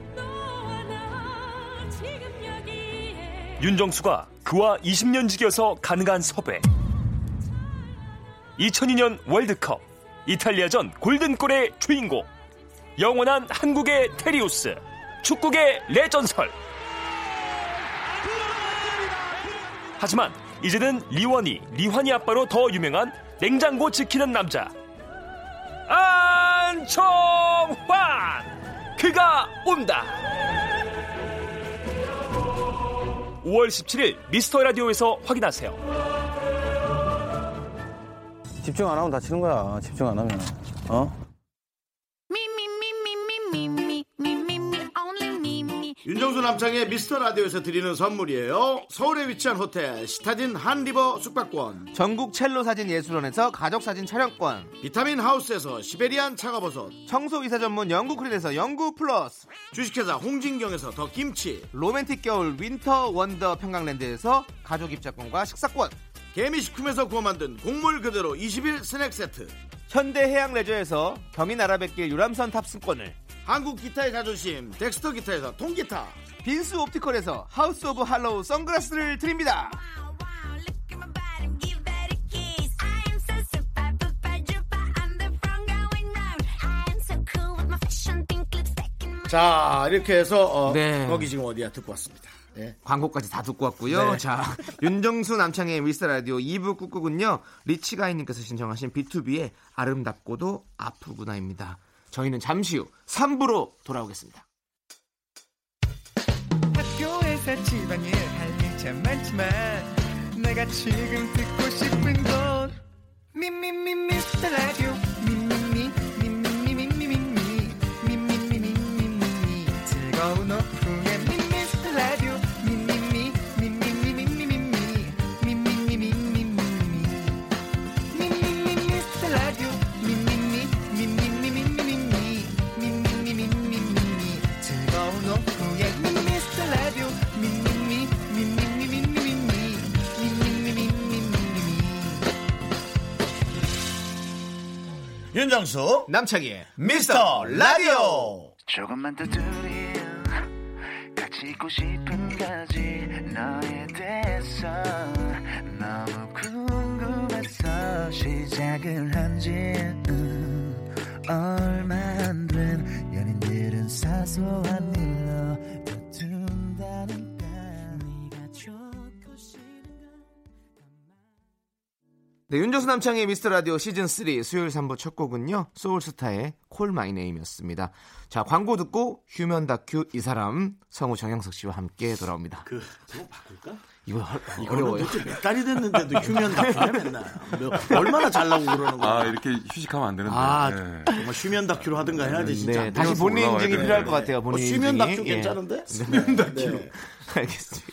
F: 윤정수가 그와 20년 지겨서 가능한 섭외. 2002년 월드컵, 이탈리아전 골든골의 주인공, 영원한 한국의 테리우스, 축구계 레전설. 하지만 이제는 리원이, 리환이 아빠로 더 유명한 냉장고 지키는 남자. 안청환! 그가 온다! 5월 17일 미스터 라디오에서 확인하세요.
E: 집중 안 하면 다치는 거야. 집중 안 하면. 어?
A: 윤정수 남창의 미스터 라디오에서 드리는 선물이에요. 서울에 위치한 호텔 시타딘 한리버 숙박권,
B: 전국 첼로 사진 예술원에서 가족 사진 촬영권,
A: 비타민 하우스에서 시베리안 차가버섯,
B: 청소 이사 전문 영국 크린에서 영구 플러스,
A: 주식회사 홍진경에서 더 김치,
B: 로맨틱 겨울 윈터 원더 평강랜드에서 가족 입자권과 식사권,
A: 개미식품에서 구워 만든 곡물 그대로 20일 스낵 세트,
B: 현대 해양 레저에서 경인아라뱃길 유람선 탑승권을,
A: 한국 기타의 자존심 덱스터 기타에서 통기타,
B: 빈스 옵티컬에서 하우스 오브 할로우 선글라스를 드립니다.
A: 자 이렇게 해서 어,
B: 네.
A: 거기 지금 어디야 듣고 왔습니다. 네.
B: 광고까지 다 듣고 왔고요.
A: 네.
B: 자, [LAUGHS] 윤정수 남창의 미스터 라디오 2부 꾹꾹은요. 리치가이님께서 신청하신 B2B의 아름답고도 아프구나입니다. 저희는 잠시 후 3부로 돌아오겠습니다.
G: 학교에서 집안일 할 일 참 많지만 내가 지금 듣고 싶은 건 미미미 미스터 라디오 미미미 미미미 미미미 미미미 미미미 미미미 즐거운 오후에 미스터 라디오 미미미 미미미 미미미 미미미 미미미 미미미
D: 윤정수
B: 남창희의
D: 미스터 라디오
H: 조금만 더 둘이 같이 있고 싶은까지 너에 대해서 너무 궁금해서 시작을 한지 음, 얼마 안 된 연인들은 사소한 일로 다툰다니까 네가 좋고 싫은
B: 네, 윤정수 남창의 미스터 라디오 시즌 3 수요일 3부 첫 곡은요. 소울스타의 콜 마이 네임이었습니다. 자, 광고 듣고 휴면 다큐 이 사람 성우 정영석 씨와 함께 돌아옵니다.
A: 그
B: 이거 어-
A: 이거는 [LAUGHS]
B: 어려워요.
A: 도대체 몇 달이 됐는데도 휴면 다큐냐 맨날 몇- 얼마나 잘 나오고 그러는 거야
I: 아 이렇게 휴식하면 안 되는데.
A: 아,
I: 네.
A: 정말 휴면 다큐로 하든가 해야지 진짜.
B: 네, 다시 본인
I: 올라와야
B: 인증이
I: 돼.
B: 필요할 것 같아요.
A: 어,
B: 본인
A: 쉬면
B: 인증이.
A: 다큐
B: 예.
A: 괜찮은데? 쉬면 다큐.
B: 알겠습니다.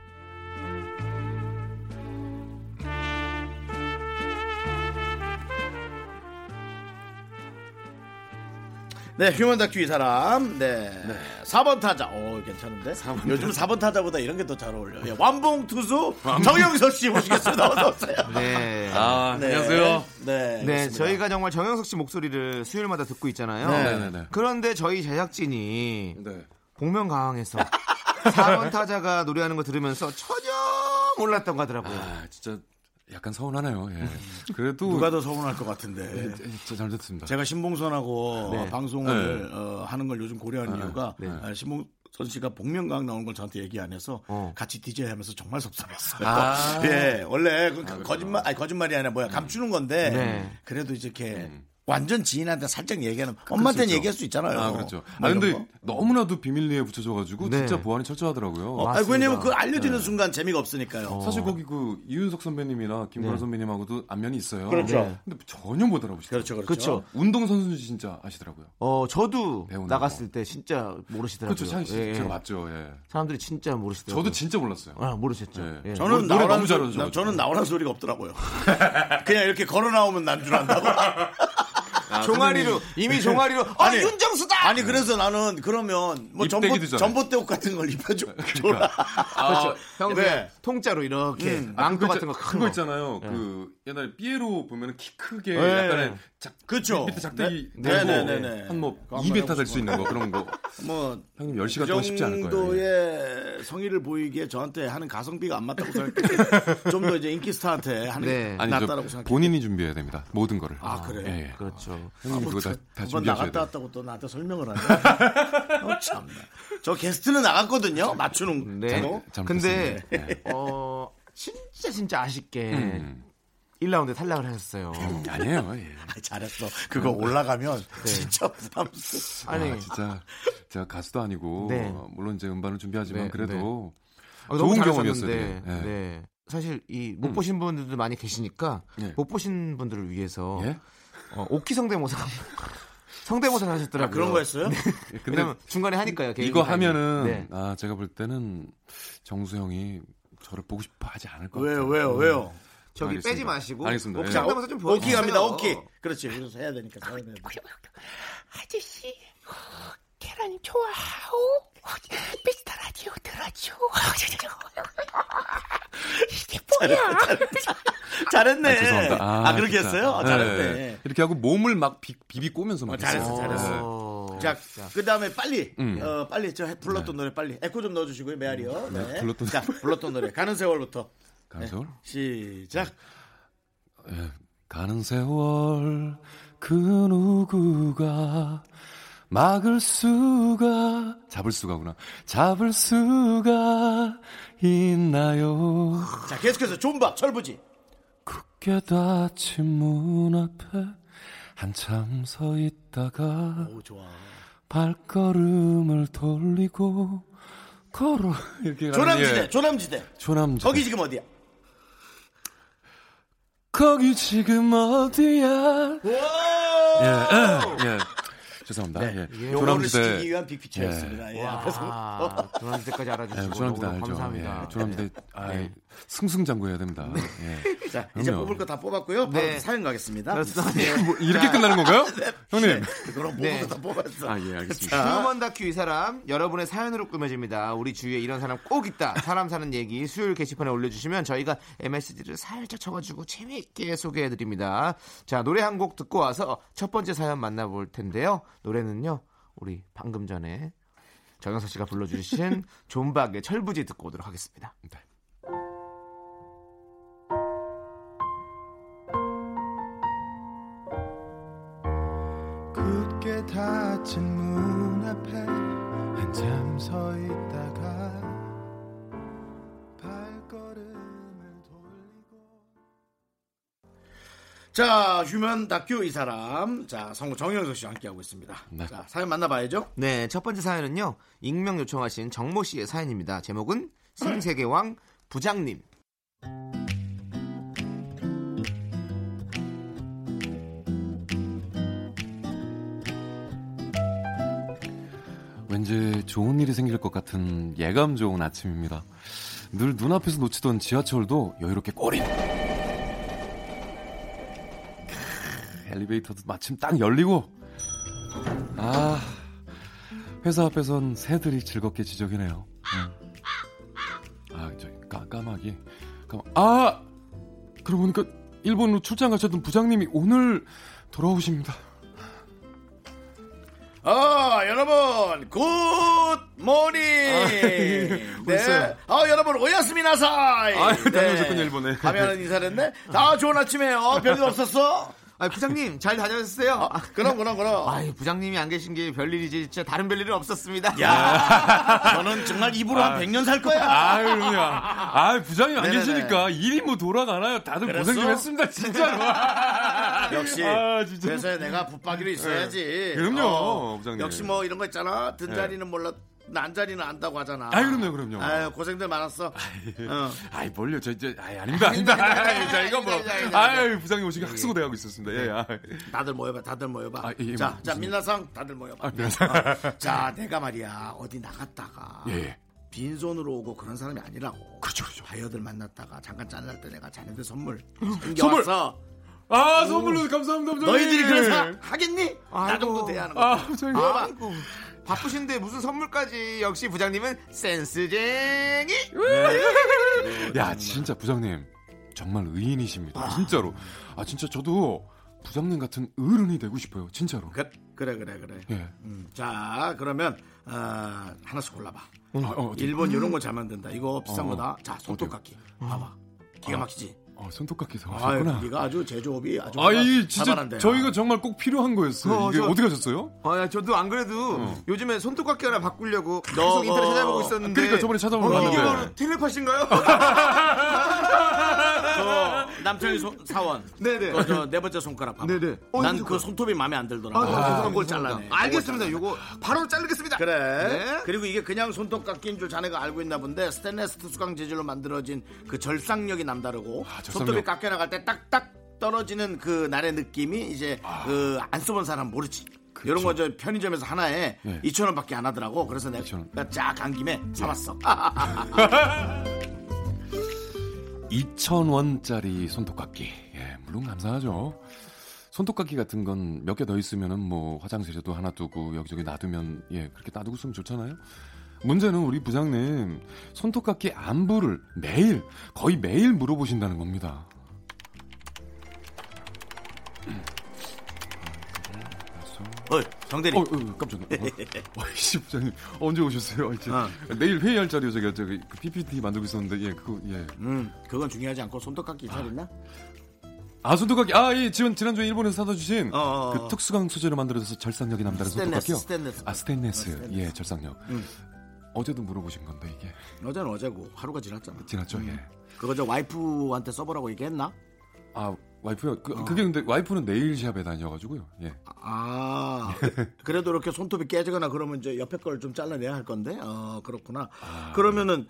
A: 네, 휴먼 다큐 이 사람. 네. 4번 타자. 오, 괜찮은데? 요즘 4번 타자보다 이런 게 더 잘 어울려. 요 예, 완봉 투수 정영석 씨
B: [LAUGHS]
A: 모시겠습니다. 어서 오세요.
B: 네.
I: 아
A: 네.
I: 안녕하세요.
A: 네.
B: 네,
A: 그렇습니다.
B: 저희가 정말 정영석 씨 목소리를 수요일마다 듣고 있잖아요.
A: 네.
I: 네네네.
B: 그런데 저희 제작진이
I: 네.
B: 복면가왕에서 [LAUGHS] 4번 타자가 노래하는 거 들으면서 전혀 몰랐다고 하더라고요.
I: 아 진짜 약간 서운하네요. 예. 그래도
A: 음. 누가 더 서운할 것 같은데.
I: 진짜 잘 듣습니다.
A: 제가 신봉선하고 방송을 어, 하는 걸 요즘 고려한 이유가
I: 네.
A: 아, 신봉선 씨가 복면가왕 나오는 걸 저한테 얘기 안 해서
B: 어.
A: 같이 DJ 하면서 정말 섭섭했어요.
B: 아.
A: [LAUGHS] 예, 원래 그- 그 거짓말 아니 거짓말이 아니라 뭐야 감추는 건데
B: 네.
A: 그래도 이제 이렇게 완전 지인한테 살짝 얘기하는 엄마한테 는
I: 있죠.
A: 얘기할 수 있잖아요.
I: 음. 그 아 그렇죠.
A: 뭐
I: 아
A: 이런
I: 근데
A: 거.
I: 너무나도 비밀리에 붙여져가지고
B: 네.
I: 진짜 보안이 철저하더라고요.
A: 어, 아니, 어. 왜냐면 그 알려지는
I: 네.
A: 순간 재미가 없으니까요.
I: 사실 거기 그 이윤석 선배님이나 김구라 선배님하고도 안면이 있어요.
A: 그렇죠.
I: 네. 근데 전혀 못 알아보시더라고요.
A: 그렇죠, 그렇죠.
B: 그렇죠.
I: 운동 선수인지 진짜 아시더라고요.
B: 어, 저도
I: 배우는
B: 나갔을 때 진짜 모르시더라고요.
I: 그렇죠, 창희 씨
B: 예, 예.
I: 제가 맞죠. 예.
B: 사람들이 진짜 모르시더라고요.
I: 저도 진짜 몰랐어요.
B: 아, 모르셨죠.
I: 예.
B: 예.
A: 저는
I: 노래
A: 나오라는 소-
I: 너무 잘하셔가지고.
A: 나- 저는 나오라는 소리가 없더라고요. [LAUGHS] 그냥 이렇게 걸어 나오면 난 줄 안다고.
B: 종아리로 이미 종아리로 아
A: 아니,
B: 윤정수다.
A: 아니 그래서 나는 그러면 뭐
I: 입대기도
A: 전봇
I: 전에. 그러니까. 아,
A: 전봇대 옷 같은 걸 입혀줘. [LAUGHS]
B: 그렇죠. 형
A: 네.
B: 그냥 통짜로 이렇게 망토 같은 거 큰
I: 그거
B: 거.
I: 있잖아요. 그 옛날에 삐에로 보면 키 크게
B: 예.
I: 약간의 작,
A: 그렇죠.
I: 밑에 작대기
A: 네.
I: 달고
A: 네, 네, 네, 네.
I: 한뭐
A: 그거 한번
I: 200타 될 수 있는 거 그런 거.
A: 뭐
I: 형님 10시간 동안 쉽지 않을 거예요. 예.
A: 정도의 성의를 보이기에 저한테 하는 가성비가 안 맞다고 생각해. [LAUGHS] 좀더 이제 인기 스타한테 하는
B: 네.
A: 게
I: 아니 저
A: 낫다라고 생각해.
I: 본인이 준비해야 됩니다. 모든 거를.
A: 아, 그래요?
I: 예, 예.
B: 그렇죠.
I: 형님 그거 다, 다
A: 한번
I: 준비하셔야
A: 아, 나갔다
I: 돼요.
A: 왔다고 또 나한테 설명을 하네. [LAUGHS] 어, 참나. 저 게스트는 나갔거든요. 맞추는
B: 네.
A: 거.
B: 근데
I: 잘못했습니다. 네.
B: 어 진짜 진짜 아쉽게
I: 음.
B: 1라운드 탈락을 하셨어요.
I: 아니에요.
A: [LAUGHS]
I: 예.
A: 아, 잘했어. 그거
G: 음.
A: 올라가면
G: 네.
A: 진짜 부담스러워.
B: 아니
I: 아, 진짜 제가 가수도 아니고
B: 네.
I: 어, 물론 이제 음반을 준비하지만
B: 네,
I: 그래도
B: 아,
I: 좋은
B: 잘하셨는데,
I: 경험이었어요, 되게.
B: 네.
I: 예. 음.
B: 사실 이 못 보신 분들도 많이 계시니까
I: 예.
B: 못 보신 분들을 위해서
I: 예?
B: 어, 오키 성대모사 [LAUGHS] 성대모사를
G: 아,
B: 하셨더라고요.
A: 아,
B: 네.
A: 그런 거였어요?
G: 네.
I: 예, 근데
B: 왜냐면 중간에 하니까요. 개인
I: 이거
B: 타임이.
I: 하면은
B: 네.
I: 아 제가 볼 때는 정수 형이 저를 보고 싶어 하지 않을 것
A: 왜요,
I: 같아요. 음.
A: 왜요, 왜요?
B: 저기
I: 알겠습니다.
B: 빼지 마시고
I: 알겠습니다.
B: 오키
G: 네.
I: 예.
B: 성대모사 좀 보여.
A: 오키 갑니다, 오키. 그렇지, 그래서 해야 되니까.
G: 아,
A: 해야 되니까.
G: 아저씨 어, 계란 좋아하오? 어? 미스터 라디오 들어줘 이게 뭐야
A: 잘했네.
I: 아, 죄송합니다.
A: 아, 그렇게
I: 진짜.
A: 했어요? 아,
I: 예,
A: 잘했네.
I: 예. 이렇게 하고 몸을 막 비, 비비 꼬면서 막
A: 어, 잘했어,
I: 했어요.
A: 잘했어.
I: 예.
A: 자, 그 다음에 빨리,
I: 음. 네.
A: 어, 빨리 저 불렀던 노래 빨리 에코 좀 넣어주시고요, 메아리요. 네.
I: 불렀던-
A: 자, 불렀던 노래 가는 세월부터
I: 가는 세월?
A: 시작.
I: 예. 가는 세월 그 누구가 막을 수가 잡을 수가구나. 잡을 수가 있나요?
A: 자, 계속해서 존박 철부지.
I: 굳게 닫힌 문 앞에 한참 서 있다가
A: 오, 좋아.
I: 발걸음을 돌리고 걸어 이렇게 가는
A: 조남지대,
I: 예.
A: 조남지대.
I: 조남지대
A: 거기 지금 어디야?
I: 거기 지금 어디야
A: 오!
I: 예, 예. 죄송합니다.
A: 네.
I: 예.
A: 요거를
I: 조남지대-
A: 시키기 위한 빅피처였습니다. 예,
B: 와,
A: 앞에서.
B: 조남지대까지
I: 예,
B: 네, 알아주시고
I: 조남지대
B: 너무
I: 알죠.
B: 감사합니다.
I: 예, 조남지대 아,
B: 네.
I: 승승장구해야 됩니다. 예.
A: 자, 이제
I: 그럼요.
A: 뽑을 거 다 뽑았고요. 바로
B: 네.
A: 사연 가겠습니다. 네.
I: [LAUGHS] 뭐 이렇게 끝나는
B: [LAUGHS]
I: 건가요, 형님?
A: 그럼 뽑을
B: 네.
A: 거 다 뽑았어.
I: 아 예 알겠습니다.
B: 휴먼 다큐 이 사람 여러분의 사연으로 꾸며집니다. 우리 주위에 이런 사람 꼭 있다. 사람 사는 얘기 수요일 게시판에 올려주시면 저희가 MSG를 살짝 쳐가지고 재미있게 소개해드립니다. 자 노래 한 곡 듣고 와서 첫 번째 사연 만나볼 텐데요. 노래는요 우리 방금 전에 정영석 씨가 [LAUGHS] 불러주신 존박의 철부지 듣고 오도록 하겠습니다.
H: 굳게 닫힌 문 앞에 한참 서 있다가 발걸음을 돌리고
A: 자, 휴먼 다큐 이 사람. 자, 성우 정영석 씨와 함께하고 있습니다.
I: 네.
A: 자, 사연 만나봐야죠.
B: 네, 첫 번째 사연은요. 익명 요청하신 정모 씨의 사연입니다. [LAUGHS] 제목은 생세계왕 부장님.
I: 왠지 좋은 일이 생길 것 같은 예감 좋은 아침입니다. 늘 눈앞에서 놓치던 지하철도 여유롭게 꼬림. 크, 엘리베이터도 마침 딱 열리고. 아, 회사 앞에선 새들이 즐겁게 지적이네요. 음. 아, 저 까, 까마귀. 까마, 아! 그러고 보니까 일본으로 출장 가셨던 부장님이 오늘 돌아오십니다.
A: 아, 여러분, 굿 모닝.
I: 벌써요?
A: 네. 아, 여러분, 오야스미나사이. 네.
I: 아, 다녀오셨군요, 일본에.
A: 가면은 인사를 했네. 아, 좋은 아침이에요. 별일 없었어?
B: 아, 부장님 잘 다녀오셨어요? 아,
A: 그럼, 그럼, 그럼.
B: 아유, 부장님이 안 계신 게 별일이지 진짜 다른 별일은 없었습니다.
A: 야, 저는 정말 입으로
I: 아.
A: 한 100년 살 거야.
I: 아유, 그냥. 아, 부장님 안
B: 네네네.
I: 계시니까 일이 뭐 돌아가나요? 다들
A: 그랬어?
I: 고생 좀 했습니다, 진짜로.
A: [LAUGHS] 역시
I: 아, 진짜. 네.
A: 회사에 내가 붙박이로 있어야지.
I: 그럼요, 부장님. 네.
A: 역시 뭐 이런 거 있잖아. 든 자리는 몰라. 난 자리는 안다고 하잖아.
I: 아이, 그럼요, 그럼요.
A: 아유, 고생들 많았어. 어.
I: 아이, 뭘요? 저, 저, 아이, 아닙니다, 아닙니다. 아이, 자, 이거 뭐.
B: 아닙니다, 아닙니다,
I: 아이, 부장님 오시고 학수고대하고 있었습니다. 예, 아이.
A: 다들 모여봐, 다들 모여봐.
I: 아, 예,
B: 뭐,
A: 자,
I: 무슨-
A: 자, 민나상 다들 모여봐.
B: 네.
I: 아,
A: 어. 자, 내가 말이야 어디 나갔다가
I: 예, 예.
A: 빈손으로 오고 그런 사람이 아니라고.
I: 그렇죠, 그렇죠.
A: 바이어들 만났다가 잠깐 짠할 때 내가 자네들 선물
B: 음.
I: 선물!
A: 챙겨왔어.
I: 아, 선물로 감사합니다, 부장님.
A: 너희들이 그런 사람 하겠니? 나 정도 돼야 하는 거야.
I: 아, 부장님.
A: 모여봐.
B: 네. 아이고, 바쁘신데 무슨 선물까지 역시 부장님은 센스쟁이.
A: 네.
I: 야, 진짜 부장님. 정말 의인이십니다. 진짜로. 아, 진짜 저도 부장님 같은 어른이 되고 싶어요, 진짜로.
A: 그, 그래, 그래, 그래.
I: 예.
A: 음, 자, 그러면 어, 하나씩 골라봐.
I: 어, 어, 어디-
A: 일본 이런 거 잘 만든다. 이거 비싼
I: 어.
A: 거다. 자, 손톱깎이. 봐봐. 기가 막히지.
I: 어, 손톱깎이
A: 아,
I: 사오셨구나.
A: 네가 아주 제조업이 아주
I: 아이
A: 발발-
I: 진짜
A: 발발한데.
I: 저희가 정말 꼭 필요한 거였어요.
B: 어,
I: 이게
B: 저-
I: 어디 가셨어요?
B: 아, 야, 저도 안 그래도 요즘에 손톱깎이 하나 바꾸려고
A: 어. 너,
B: 계속 인터넷
A: 어.
B: 찾아보고 있었는데.
I: 그러니까 저번에 찾아본 거
B: 어, 이게
I: 봤는데.
B: 바로 텔레파신가요?
A: 저 남창희 손- 사원.
B: 네네.
A: 그거 아. 저네 번째 손가락 봐봐.
B: 네네. 어,
A: 난
B: 이거
A: 그 손톱이 마음에 안 들더라고. 그걸 잘라내.
B: [LAUGHS] 알겠습니다. 요거 바로 자르겠습니다.
A: 그래.
B: 네.
A: 그리고 이게 그냥 손톱깎이인 줄 자네가 알고 있나 본데 스테인레스 수강 재질로 만들어진 그 절삭력이 남다르고
I: 아, 절삭력.
A: 손톱이 깎여 나갈 때 딱딱 떨어지는 그 날의 느낌이 이제
I: 아.
A: 그 안 써본 사람 모르지. 이런 거 저 편의점에서 하나에
I: 예.
A: 2천 원밖에 안 하더라고. 그래서 내가 그러니까
I: 2,000 원. 네.
A: 쫙 간 김에 사봤어. 아,
I: 2,000원짜리 손톱깎이. 예, 물론 감사하죠. 손톱깎이 같은 건 몇 개 더 있으면은 뭐 화장실에도 하나 두고 여기저기 놔두면 예, 그렇게 놔두고 쓰면 좋잖아요. 문제는 우리 부장님 손톱깎이 안부를 매일 거의 매일 물어보신다는 겁니다.
A: 어이, 정대리.
I: 어, 어, 깜짝이야. 어, [LAUGHS] 이씨 부장님 언제 오셨어요? 어, 이제 내일 회의할 자리요 제가 저기 그 PPT 만들고 있었는데 예, 그거 예.
A: 음, 그건 중요하지 않고 손톱깎이 잘 있나?
I: 아 손톱깎이 아 예 지금 지난주에 일본에서 사다 주신
A: 어, 어, 어.
I: 그 특수강 소재로 만들어서 절삭력이 남다른
A: 스테인레스,
I: 손톱깎이요.
A: 스테인레스. 음.
I: 아 스테인레스 예 절삭력. 어제도 물어보신 건데 이게
A: 어제는 어제고 하루가 지났잖아.
I: 지났죠 예.
A: 그거 저 와이프한테 써보라고 얘기했나?
I: 아 와이프요
A: 어.
I: 그, 그게 근데 와이프는 네일 샵에 다녀가지고요 예.
A: 아 그래도 이렇게 손톱이 깨지거나 그러면 이제 옆에 걸 좀 잘라내야 할 건데 어 그렇구나 그러면은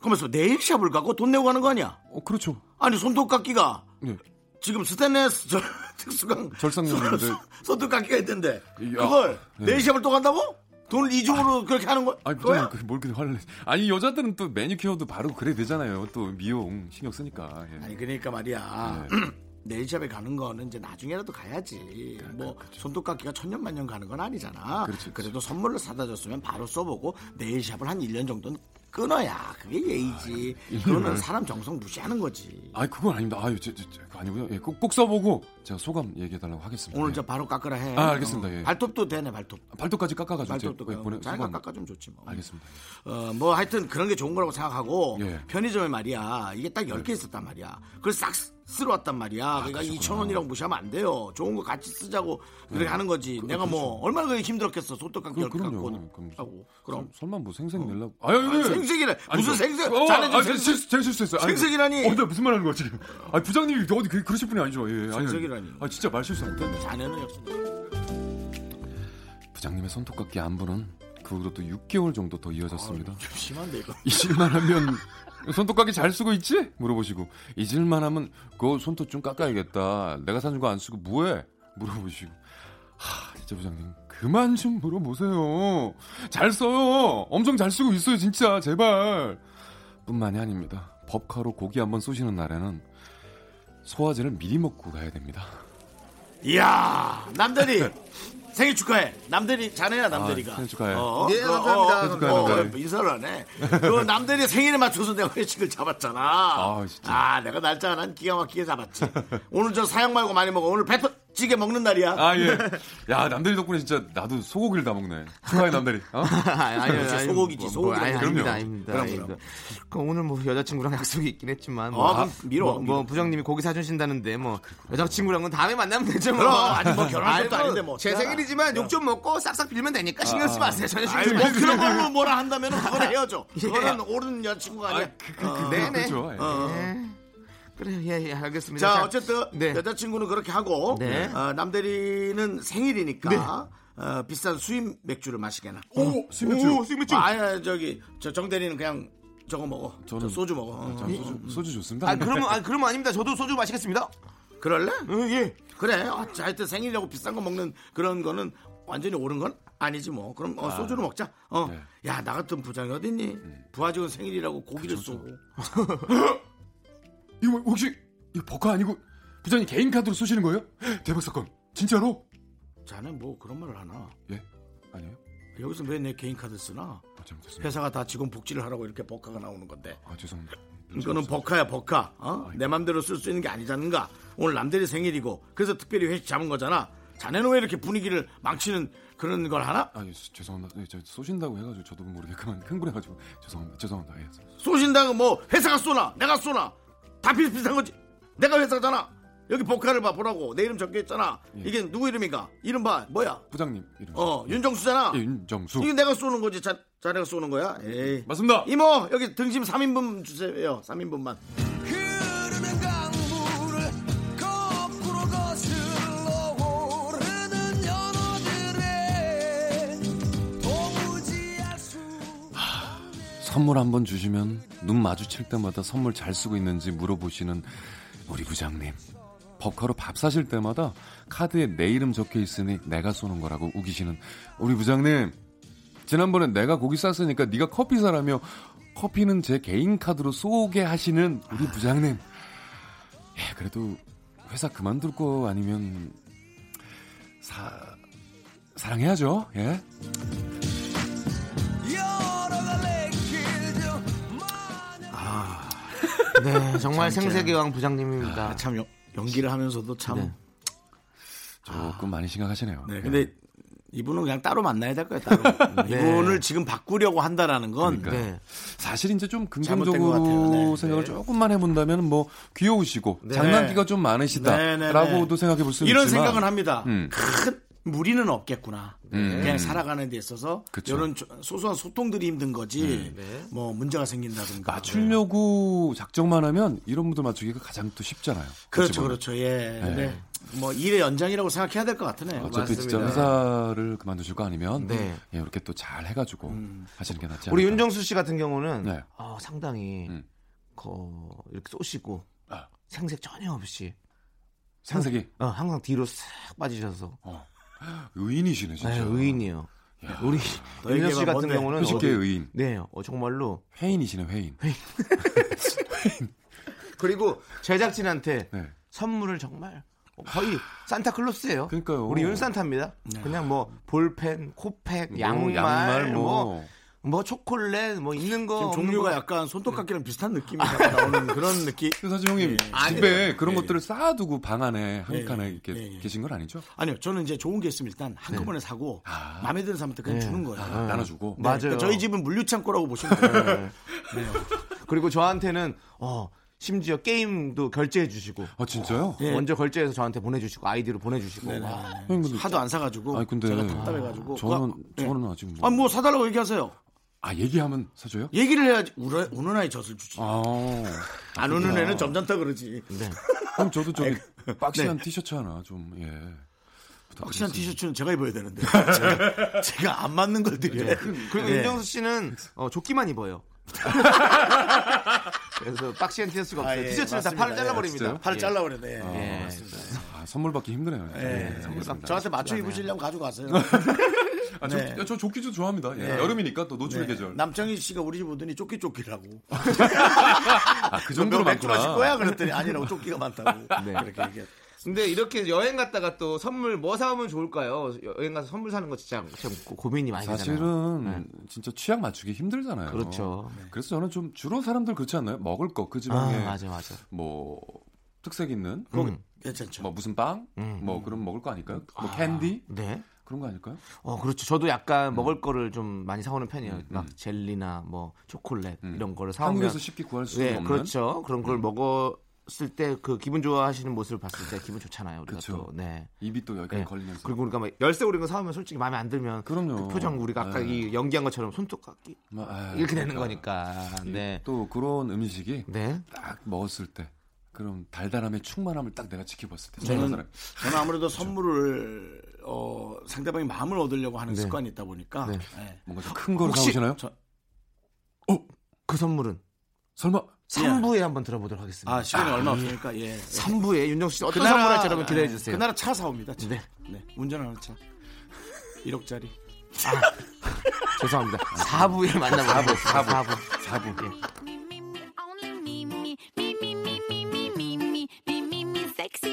A: 그러면서 네일샵을 가고 돈 내고 가는 거 아니야
I: 어 그렇죠
A: 아니 손톱깎이가
I: 예.
A: 지금 스테인레스 저, [LAUGHS] 특수강
I: 절상연인데.
A: 소득깎기가 있던데
I: 이야.
A: 그걸
I: 네.
A: 내일 시험을 또 간다고? 돈을 이중으로 그렇게 하는 거야?
I: 아니 그냥 그뭘 그렇게 화를 내? 아니 여자들은 또 매니큐어도 바로 그래 되잖아요. 또 미용 신경 쓰니까. 예.
A: 아니 그러니까 말이야
I: 네.
A: [CLEARS THROAT] 내일 시험에 가는 거는 이제 나중에라도 가야지 뭐 손톱깎이가 천년만년 가는 건 아니잖아
I: 네, 그렇죠. 그렇지, 그렇지.
A: 그래도 선물로 사다 줬으면 바로 써보고 내일 시합을 한 1년 정도는 끊어야 그게 예의지
I: 아, 음.
A: 그거는 사람 정성 무시하는 거지
I: 아니 그건 아닙니다. 아유 저, 저, 저, 그거 아니고요. 예, 꼭, 꼭 써보고 제가 소감 얘기해달라고 하겠습니다.
A: 오늘
I: 예.
A: 저 바로 깎으라 해
I: 아, 알겠습니다.
A: 어,
I: 예.
A: 발톱도 되네 발톱
I: 발톱까지 깎아가지고
A: 발톱도
I: 제가, 예, 보내-
A: 자기가
I: 소감.
A: 깎아주면 좋지 뭐
I: 알겠습니다.
A: 어, 뭐 하여튼 그런 게 좋은 거라고 생각하고
I: 예.
A: 편의점에 말이야 이게 딱 10개 있었단 말이야 그걸 싹 쓰- 쓸어 왔단 말이야
I: 아,
A: 그러니까 2천 원이라고 무시하면 안 돼요 좋은 거 같이 쓰자고 그렇게 하는 거지 내가 뭐 얼마나 그게 힘들었겠어 소떡깎기
I: 예. 그렇죠. 그,
A: 10개
I: 그럼요.
A: 갖고
I: 그럼
A: 하고 그럼 어.
I: 설- 설마 뭐 생색 내려고? 아유
A: 아니, 생색이래. 무슨 생색? 자네 지금
I: 생
A: 생색-
I: 실수, 어, 아, 제가 실수했어요. 아니,
A: 생색이라니.
I: 어, 나 무슨 말하는 거야 지금? 아 부장님이 어디 그, 그러실 분이 아니죠? 예, 아니, 아니.
A: 생색이라니.
I: 아 진짜 말 실수.
A: 자네는 역시
I: 부장님의 손톱깎이 안부는 그 후로 또 6개월 정도 더 이어졌습니다.
A: 좀 심한데 이거
I: 잊을만 하면 손톱깎이 잘 쓰고 있지? 물어보시고 잊을만 하면 그거 손톱 좀 깎아야겠다. 내가 사준 거 안 쓰고 뭐해? 물어보시고 하 진짜 부장님 그만 좀 물어보세요. 잘 써요. 엄청 잘 쓰고 있어요 진짜 제발. 뿐만이 아닙니다. 법카로 고기 한번 쏘시는 날에는 소화제를 미리 먹고 가야 됩니다.
A: 이야 남들이 생일 축하해 남들이 자네야 남들이가
I: 아, 생일 축하해.
A: 어,
D: 예,
A: 그, 어,
D: 감사합니다.
A: 어,
D: 생일
I: 축하해,
A: 어,
I: 남들이.
A: 인사를 하네 그 남들이 생일에 맞춰서 내가 회식을 잡았잖아
I: 아, 진짜.
A: 아, 내가 날짜 난 기가 막히게 잡았지 오늘 저 사양 말고 많이 먹어 오늘 페퍼찌개 먹는 날이야
I: 아 예. 야 남들이 덕분에 진짜 나도 소고기를 다 먹네. 축하해 남들이. 어?
B: 네. 아니요, 뭐,
A: 그렇지, 소고기지, 소고기.
B: 아니,
A: 그럼요.
B: 아닙니다, 아닙니다.
A: 그럼,
B: 아니,
A: 그럼.
B: 그- 그 오늘 뭐 여자친구랑 약속이 있긴 했지만, 뭐,
A: 아, 그럼 미뤄,
B: 뭐, 뭐
A: 미뤄. 아,
B: 부장님이 고기 사주신다는데, 뭐 여자친구랑은 다음에 만나면 되죠. 뭐.
A: 그럼, 아직 뭐 결혼할
B: 아니,
A: 것도 아닌데 뭐. 아.
B: 제 생일이지만 욕 좀 먹고 싹싹 빌면 되니까 신경 쓰지 마세요. 전혀 신경
A: 아이
B: 쓰지
A: 뭐
B: 마세요.
A: 그런 걸로 뭐라 한다면 은
I: 아,
A: 그거는 헤어져
B: 예.
A: 그거는 옳은 여자친구가 아니야 어.
B: 네네.
I: 그, 그렇죠. 예.
B: 그래, 예, 예, 알겠습니다.
A: 자, 어쨌든
B: 네.
A: 여자친구는 그렇게 하고
B: 네.
A: 어, 남대리는 생일이니까 어, 비싼 수입 맥주를 마시게나.
I: 오, 수입 맥주.
A: 오, 수입 맥주. 아야 저기 저 정대리는 그냥 저거 먹어. 저
I: 저는- 예.
A: 소주 먹어. 어.
I: 자, 아, 소주, 소주 좋습니다.
B: 아, 그러면, 아, 그러면 아닙니다. 저도 소주 마시겠습니다.
A: 그럴래? 예. 그래. 어, 자, 하여튼 생일이라고 비싼 거 먹는 그런 거는 완전히 옳은 건 아니지 뭐. 그럼 어, 소주를 먹자. 어. 야, 나 같은 부장이 어딨니? 부하 직원 생일이라고 고기를 쏘고.
I: 이거 뭐, 혹시 이거 버카 아니고 부장님 개인 카드로 쏘시는 거예요? 대박 사건. 진짜로?
A: 자네 뭐 그런 말을 하나?
I: 예. 아니에요.
A: 여기서 왜 내 개인 카드 쓰나?
I: 아, 잘못했습니다.
A: 회사가 다 직원 복지를 하라고 이렇게 버카가 나오는 건데.
I: 아, 죄송합니다.
A: 이거는 버카야 버카 어? 내 맘대로 쓸 수 있는 게 아니잖는가 오늘 남들이 생일이고 그래서 특별히 회식 잡은 거잖아 자네는 왜 이렇게 분위기를 망치는 그런 걸 하나?
I: 아, 예, 수- 죄송합니다. 예, 저 쏘신다고 해 가지고 저도 모르게 그만 흥분해 가지고 죄송합니다. 죄송합니다. 예.
A: 쏘신다고 뭐 회사가 쏘나 내가 쏘나 다 비슷비슷한 거지 내가 회사잖아 여기 버카를 봐 보라고 내 이름 적혀있잖아 이게 누구 이름인가 이름 봐 뭐야
I: 부장님 이름.
A: 어 윤정수잖아
I: 예, 윤정수.
A: 이게 내가 쏘는 거지 자, 자네가 쏘는 거야 에이.
I: 맞습니다.
A: 이모 여기 등심 3인분 주세요 3인분만
H: 흐르는 강물을 거꾸로 거슬러 오르는 연어들의 도무지 알수
I: 선물 한 번 주시면 눈 마주칠 때마다 선물 잘 쓰고 있는지 물어보시는 우리 부장님. 법카로 밥 사실 때마다 카드에 내 이름 적혀 있으니 내가 쏘는 거라고 우기시는 우리 부장님. 지난번에 내가 고기 쌌으니까 네가 커피 사라며 커피는 제 개인 카드로 쏘게 하시는 우리 부장님. 예, 그래도 회사 그만둘 거 아니면 사 사랑해야죠. 예.
H: 여러 갈래 길좀
B: 네, 아, 정말 생색의 왕 부장님입니다.
A: 참 연- 연기를 하면서도 참
I: 조금 많이 심각하시네요.
A: 네,
I: 예.
A: 근데 이분은 그냥 따로 만나야 될 거예요. 따로.
I: [LAUGHS]
A: 이분을 지금 바꾸려고 한다라는 건
I: 네. 그러니까요.
B: 네.
I: 사실 이제 좀
A: 잘못된 것 같아요.
I: 긍정적으로
A: 네.
I: 생각을 조금만 해본다면 뭐 귀여우시고 장난기가 좀
A: 네, 네, 네.
I: 그러니까 많으시다라고도 생각해 볼 수는
A: 이런
I: 있지만
A: 생각은 합니다.
I: 음.
A: 큰 무리는 없겠구나. 네, 그냥 살아가는 데 있어서
I: 그쵸. 네.
A: 이런 조- 소소한 소통들이 힘든 거지. 뭐 문제가 생긴다든가. 네.
I: 맞추려고 작정만 하면 이런 분들 맞추기가 가장 또 쉽잖아요. 어찌
A: 그렇죠,
I: 보면.
A: 그렇죠. 예. 네. 뭐 일의 연장이라고 생각해야 될 것 같으네요.
I: 어차피 진짜 회사를 그만두실 거 아니면
B: 네.
I: 예, 이렇게 또 잘 해가지고
A: 음.
I: 하시는 게 낫지 않을까.
B: 우리 윤정수 씨 같은 경우는
I: 네.
B: 어, 상당히
I: 음.
B: 거, 이렇게 쏘시고
I: 아.
B: 생색 전혀 없이
I: 상세기.
B: 어, 항상 뒤로 싹 빠지셔서.
I: 의인이시네 진짜.
B: 네, 의인이에요. 우리
I: 너에게만
B: 윤여 씨 같은
I: 뭔데?
B: 경우는
I: 회식계의
B: 어디-
I: 의인.
B: 네, 어, 정말로
I: 회인이시네 회인.
B: 그리고 제작진한테
I: 네.
B: 선물을 정말 거의 산타클로스예요.
I: 그러니까요.
B: 우리 윤산타입니다. 그냥 뭐 볼펜, 코팩, 뭐 양말,
I: 양말,
B: 뭐,
I: 뭐.
B: 뭐, 초콜릿, 뭐 있는 거
A: 지금
B: 없는
A: 종류가
B: 거.
A: 약간 손톱깎이랑 비슷한 느낌이 약간 나오는 그런 느낌.
I: 사실 형님
A: 네. 아니에요.
I: 집에 그런
A: 예,
I: 것들을 쌓아두고 방 안에 한
A: 예,
I: 칸에
A: 예,
I: 이렇게
A: 예, 예.
I: 계신 건 아니죠?
A: 아니요, 저는 이제 좋은 게 있으면 일단 한꺼번에 사고 마음에 드는 사람한테 그냥
B: 네.
A: 주는 거예요.
I: 네. 아, 나눠주고.
A: 네,
B: 맞아요.
A: 그러니까 저희 집은 물류창고라고 보시면 돼요.
B: 그리고 저한테는 어 심지어 게임도 결제해 주시고
I: 아 진짜요?
A: 예.
B: 먼저 결제해서 저한테 보내주시고 아이디로 보내주시고 와.
I: 형님 근데
A: 하도 안 사가지고
I: 네. 아니, 근데
A: 제가 답답해가지고
I: 저는
A: 그거- 네.
I: 저는 아직 뭐.
A: 아, 뭐 예. 사달라고 얘기하세요.
I: 아 얘기하면 사줘요?
A: 얘기를 해야지 우는, 우는 아이 젖을 주지.
I: 아
A: 안 우는 애는 점잖다 그러지.
I: 그럼 저도 저기 박시한 티셔츠 하나 좀 예.
A: 확실한 티셔츠는 제가 입어야 되는데 제가, 제가 안 맞는 걸 드려요. 네.
B: 그리고 윤정수 씨는 어, 조끼만 [LAUGHS] 입어요. 그래서 박시한 티셔츠가 없어요.
A: 예,
B: 티셔츠는 다
A: 맞습니다.
B: 팔을 잘라버립니다.
I: 진짜요?
A: 팔을
B: 아, 예.
A: 잘라버렸네.
B: 예.
I: 아, 선물 받기 힘드네요. 예, 선물 받기.
A: 저한테 맞춰 입으시려면 가지고 가세요.
I: 아, 저,
A: 네.
I: 저 조끼도 좋아합니다. 예, 여름이니까 또 노출 계절.
A: 남창희 씨가 우리 집 오더니 쪼끼쪼끼라고.
I: 아, 그
A: 몇
I: 정도로
A: 맥주 마실
I: 많구나.
A: 뭐 거야? 그랬더니 아니라고 쪼끼가 많다고. 그렇게 얘기했
B: 근데 이렇게 여행 갔다가 또 선물 뭐 사오면 좋을까요? 여행 가서 선물 사는 거 진짜 참 고- 고민이 많이 되잖아요.
I: 사실은 진짜 취향 맞추기 힘들잖아요.
B: 그렇죠.
I: 그래서 저는 좀 주로 사람들 그렇지 않나요? 먹을 거 그
B: 아,
I: 지방에
B: 맞아 맞아.
I: 뭐 특색 있는
A: 괜찮죠.
I: 뭐 무슨 빵, 뭐 그런 먹을 거 아닐까요? 뭐 캔디
B: 네.
I: 그런 거 아닐까요?
B: 어 그렇죠. 저도 약간 먹을 거를 좀 많이 사오는 편이에요. 막 젤리나 뭐 초콜릿 이런 거를 사오면
I: 한국에서 쉽게 구할 수
B: 네,
I: 없는
B: 그렇죠. 그런 걸 먹었을 때 그 기분 좋아하시는 모습을 봤을 때 기분 좋잖아요. 우리가
I: 그쵸.
B: 또 네.
I: 입이 또 여기까지
B: 네.
I: 걸리면서
B: 그리고 우리가 막 열쇠 오린 거 사오면 솔직히 마음에 안 들면
I: 그럼요.
B: 그 표정 우리가 아까
I: 네.
B: 이 연기한 것처럼 손톱 깎기
I: 막, 아,
B: 이렇게 되는
I: 그러니까.
B: 거니까. 네.
I: 또 그런 음식이
B: 네.
I: 딱 먹었을 때 그런 달달함의 충만함을 딱 내가 지켜봤을
B: 네.
I: 때
A: 저는-
I: 사람.
A: 저는 아무래도
B: 그렇죠.
A: 선물을 어, 상대방의 마음을 얻으려고 하는 습관이 있다 보니까
B: 네.
A: 예.
I: 뭔가 좀 큰 거를
B: 혹시-
I: 사오시나요?
A: 저-
B: 그 선물은
I: 설마
B: 3부에 한번 들어보도록 하겠습니다.
A: 아 시간이 얼마 없으니까 예.
B: 3부에 윤정수 씨 어떤 선물할지 여러분 기대해 주세요.
A: 그 나라 차 사옵니다. 차. 네. 운전하는 차. 1억짜리.
B: 죄송합니다. 4부에 만나보도록 하겠습니다. 4부. 4부. 예.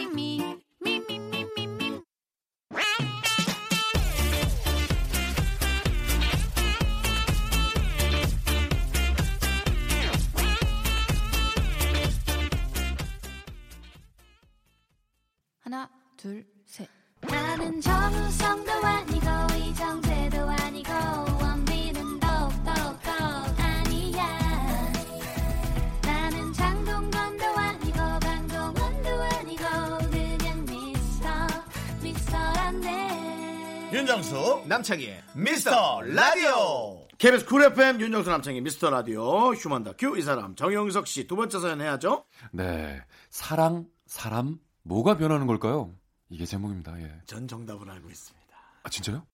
J: 하나, 둘, 셋.
G: 나는 정우성도 아니고 이정재도 아니고 원빈은 더욱더 아니야 나는 장동건도 아니고 강동원도 아니고 그냥 미스터 미스터란데
D: 윤정수
B: 남창희의
D: 미스터 라디오
A: KBS 쿨 FM 윤정수 남창희 미스터 라디오 휴먼 다큐 이 사람 정영석 씨 두 번째 사연 해야죠.
I: 네 사랑 사람 뭐가 변하는 걸까요? 이게 제목입니다. 예.
A: 전 정답을 알고 있습니다.
I: 아 진짜요?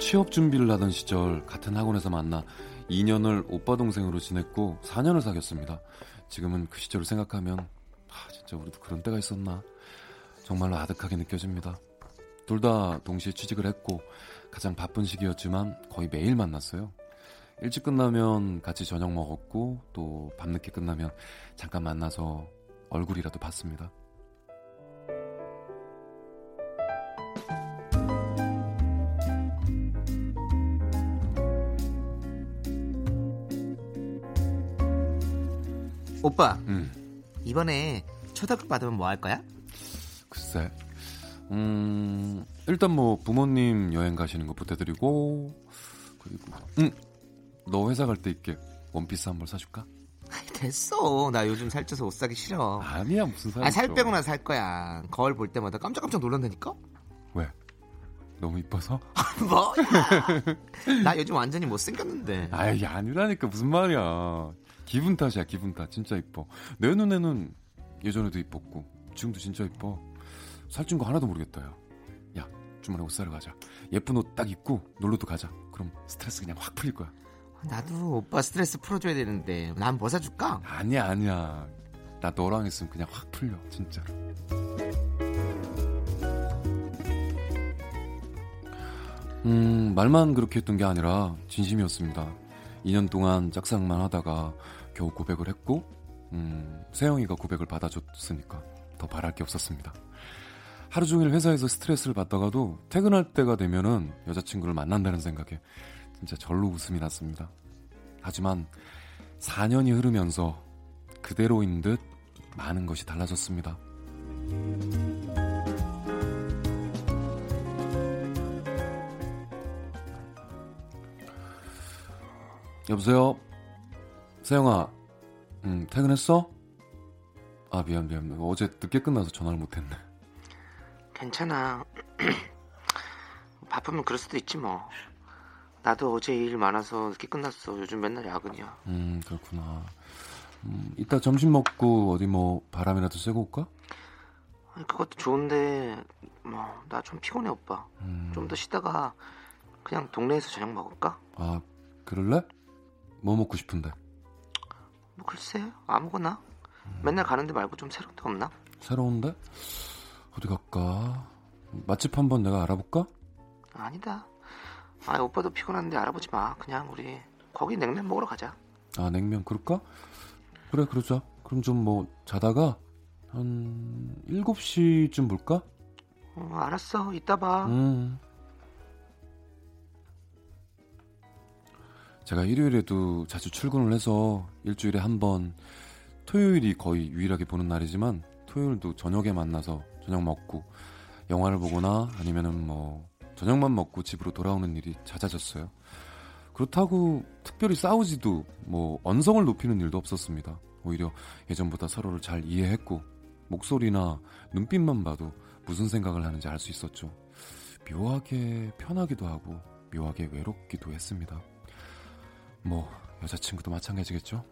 I: 취업 준비를 하던 시절 같은 학원에서 만나 2년을 오빠 동생으로 지냈고 4년을 사귀었습니다. 지금은 그 시절을 생각하면 아 진짜 우리도 그런 때가 있었나 정말로 아득하게 느껴집니다. 둘 다 동시에 취직을 했고 가장 바쁜 시기였지만 거의 매일 만났어요. 일찍 끝나면 같이 저녁 먹었고 또 밤늦게 끝나면 잠깐 만나서 얼굴이라도 봤습니다.
B: 오빠
I: 음,
B: 이번에 초등학교 받으면 뭐 할 거야?
I: 글쎄. 음, 일단 뭐 부모님 여행 가시는 거 보태드리고 그리고 음, 너 회사 갈 때 입게 원피스 한 벌 사줄까?
B: 됐어. 나 요즘 살쪄서 옷 사기 싫어.
I: 아니야 그렇죠. 무슨 사람?
B: 아, 살 빼고 나서 살 거야. 거울 볼 때마다 깜짝깜짝 놀란다니까? [LAUGHS]
I: 왜? 너무 이뻐서?
B: 뭐? 나 요즘 완전히 못생겼는데.
I: 아이 아니라니까 무슨 말이야 기분 탓이야 기분 탓 진짜 이뻐 내 눈에는 예전에도 이뻤고 지금도 진짜 이뻐 살찐 거 하나도 모르겠다 야야 주말에 옷 사러 가자. 예쁜 옷 딱 입고 놀러도 가자. 그럼 스트레스 그냥 확 풀릴 거야.
B: 나도 오빠 스트레스 풀어줘야 되는데 난 뭐 사줄까?
I: 아니야 아니야. 나 너랑 있으면 그냥 확 풀려 진짜로. 음 말만 그렇게 했던 게 아니라 진심이었습니다. 2년 동안 짝상만 하다가 겨우 고백을 했고 음, 세영이가 고백을 받아줬으니까 더 바랄 게 없었습니다. 하루 종일 회사에서 스트레스를 받다가도 퇴근할 때가 되면은 여자친구를 만난다는 생각에 진짜 절로 웃음이 났습니다. 하지만 4년이 흐르면서 그대로인 듯 많은 것이 달라졌습니다. 여보세요? 세영아, 음, 퇴근했어? 아, 미안, 미안. 어제 늦게 끝나서 전화를 못했네.
B: 괜찮아. [CLEARS THROAT] 바쁘면 그럴 수도 있지 뭐. 나도 어제 일 많아서 늦게 끝났어. 요즘 맨날 야근이야.
I: 음, 그렇구나. 음, 이따 점심 먹고 어디 뭐 바람이라도 쐬고 올까?
B: 아니, 그것도 좋은데 뭐 나 좀 피곤해 오빠. 좀 더 쉬다가 그냥 동네에서 저녁 먹을까?
I: 아, 그럴래? 뭐 먹고 싶은데?
B: 뭐 글쎄 아무거나. 맨날 가는데 말고 좀 새로운 데 없나?
I: 새로운데? 어디 갈까? 맛집 한번 내가 알아볼까?
B: 아니다. 아 오빠도 피곤한데 알아보지 마. 그냥 우리 거기 냉면 먹으러 가자.
I: 아, 냉면 그럴까? 그래, 그러자. 그럼 좀 뭐 자다가 한 7시쯤 볼까?
B: 어, 알았어. 이따 봐.
I: 음. 제가 일요일에도 자주 출근을 해서 일주일에 한 번 토요일이 거의 유일하게 보는 날이지만 토요일도 저녁에 만나서 저녁 먹고 영화를 보거나 아니면은 뭐 저녁만 먹고 집으로 돌아오는 일이 잦아졌어요. 그렇다고 특별히 싸우지도 뭐 언성을 높이는 일도 없었습니다. 오히려 예전보다 서로를 잘 이해했고 목소리나 눈빛만 봐도 무슨 생각을 하는지 알 수 있었죠. 묘하게 편하기도 하고 묘하게 외롭기도 했습니다. 뭐 여자친구도 마찬가지겠죠?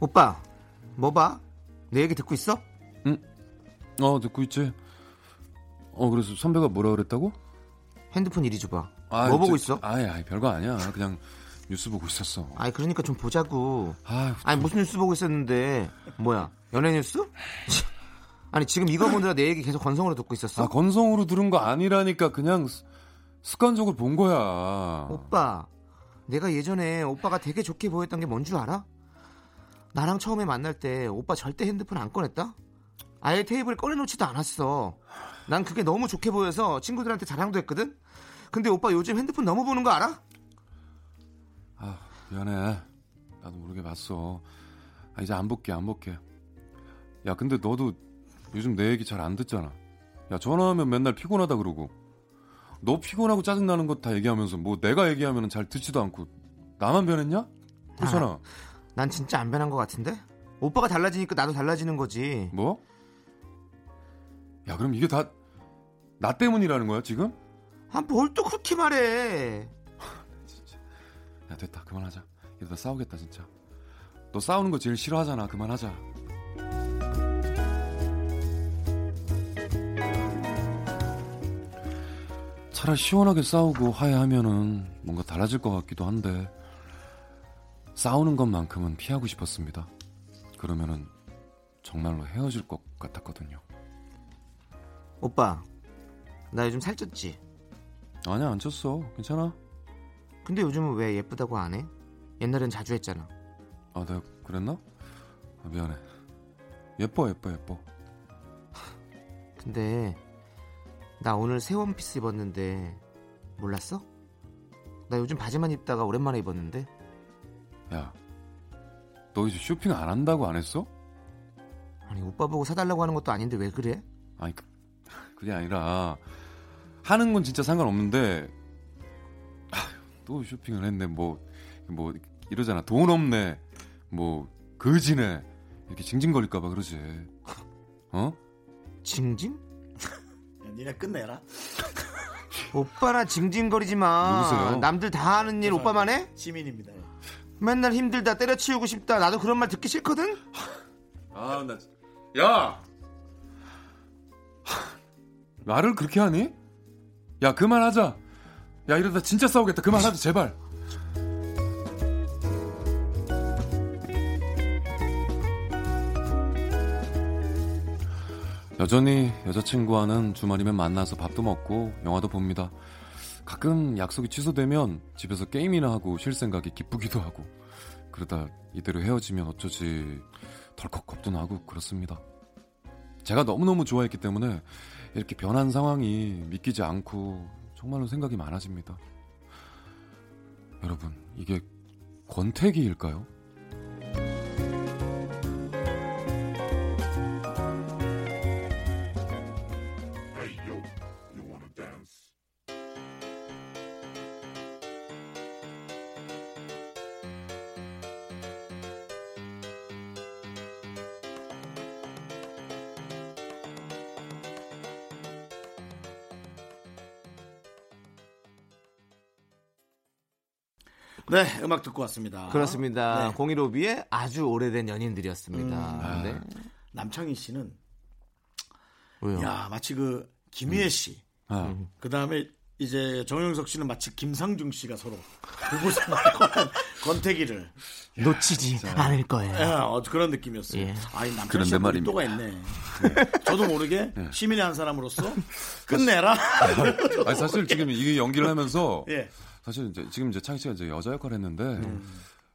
B: 오빠 뭐 봐? 내 얘기 듣고 있어?
I: 어 듣고 있지? 어 그래서 선배가 뭐라 그랬다고?
B: 핸드폰 이리 줘봐. 뭐 보고 있어?
I: 아예 아예 별거 아니야. 그냥 뉴스 보고 있었어.
B: 아니 그러니까 좀 보자고.
I: 아,
B: 아니 무슨 뉴스 보고 있었는데 뭐야 연예 뉴스? [LAUGHS] 아니 지금 이거 보느라 내 얘기 계속 건성으로 듣고 있었어.
I: 아 건성으로 들은 거 아니라니까 그냥 습- 습관적으로 본 거야.
B: 오빠 내가 예전에 오빠가 되게 좋게 보였던 게 뭔 줄 알아? 나랑 처음에 만날 때 오빠 절대 핸드폰 안 꺼냈다? 아예 테이블에 꺼내놓지도 않았어. 난 그게 너무 좋게 보여서 친구들한테 자랑도 했거든? 근데 오빠 요즘 핸드폰 너무 보는 거 알아?
I: 아 미안해. 나도 모르게 봤어. 아, 이제 안 볼게 안 볼게. 야 근데 너도 요즘 내 얘기 잘 안 듣잖아. 야 전화하면 맨날 피곤하다 그러고. 너 피곤하고 짜증 나는 거 다 얘기하면서 뭐 내가 얘기하면 잘 듣지도 않고 나만 변했냐? 그렇잖아.
B: 난 진짜 안 변한 것 같은데? 오빠가 달라지니까 나도 달라지는 거지.
I: 뭐? 야 그럼 이게 다 나 때문이라는 거야 지금?
B: 아, 뭘 또 그렇게 말해.
I: 야 됐다 그만하자 이러다 싸우겠다 진짜 너 싸우는 거 제일 싫어하잖아 그만하자 차라리 시원하게 싸우고 화해하면은 뭔가 달라질 것 같기도 한데 싸우는 것만큼은 피하고 싶었습니다 그러면은 정말로 헤어질 것 같았거든요
B: 오빠, 나 요즘 살쪘지?
I: 아니야 안 쳤어 괜찮아
B: 근데 요즘은 왜 예쁘다고 안 해? 옛날엔 자주 했잖아.
I: 아 내가 그랬나? 아, 미안해 예뻐 예뻐 예뻐
B: 근데 나 오늘 새 원피스 입었는데 몰랐어? 나 요즘 바지만 입다가 오랜만에 입었는데
I: 야, 너 이제 쇼핑 안 한다고 안 했어?
B: 아니 오빠 보고 사달라고 하는 것도 아닌데 왜 그래?
I: 아니, 그, 그게 아니라 하는 건 진짜 상관없는데 아휴, 또 쇼핑을 했네. 뭐, 뭐 이러잖아. 돈 없네. 뭐 거지네. 이렇게 징징거릴까 봐 그러지. 어?
B: 징징?
A: 니네 끝내라.
B: 오빠나 징징거리지 마.
I: 누구세요?
B: 남들 다 하는 일 오빠만 해?
A: 시민입니다.
B: 맨날 힘들다 때려치우고 싶다 나도 그런 말 듣기 싫거든
I: 아, 나. 진- 야! 말을 그렇게 하니? 야, 그만하자. 야, 이러다 진짜 싸우겠다. 그만하자, 제발. 여전히 여자친구와는 주말이면 만나서 밥도 먹고 영화도 봅니다. 가끔 약속이 취소되면 집에서 게임이나 하고 쉴 생각이 기쁘기도 하고 그러다 이대로 헤어지면 어쩌지 덜컥 겁도 나고 그렇습니다. 제가 너무너무 좋아했기 때문에 이렇게 변한 상황이 믿기지 않고 정말로 생각이 많아집니다. 여러분, 이게 권태기일까요?
A: 네, 음악 듣고 왔습니다.
B: 그렇습니다
A: 네.
B: 공일오비의 아주 오래된 연인들이었습니다
A: 음.
B: 네.
A: 남창희 씨는
B: 왜요? 음. 네.
A: 야 마치 그 김희애 씨,
I: 아,
A: 그 다음에 이제 정영석 씨는 마치 김상중 씨가 서로 [LAUGHS] 보고서 말한 권태기를
B: 놓치지 않을 거예요
A: 예, 어, 그런 느낌이었어요.
B: 예.
A: 아이 남편
I: 그런데
A: 씨가
I: 말입니다. 네.
A: 또가 있네. 예. 저도 모르게 시민의 한
I: [LAUGHS]
A: 사람으로서 끝내라. [LAUGHS]
I: 아니, 사실 지금 이게 연기를 하면서
A: 예. 음.
I: 사실 이제 지금 이제 창희 씨가 이제 여자 역할을 했는데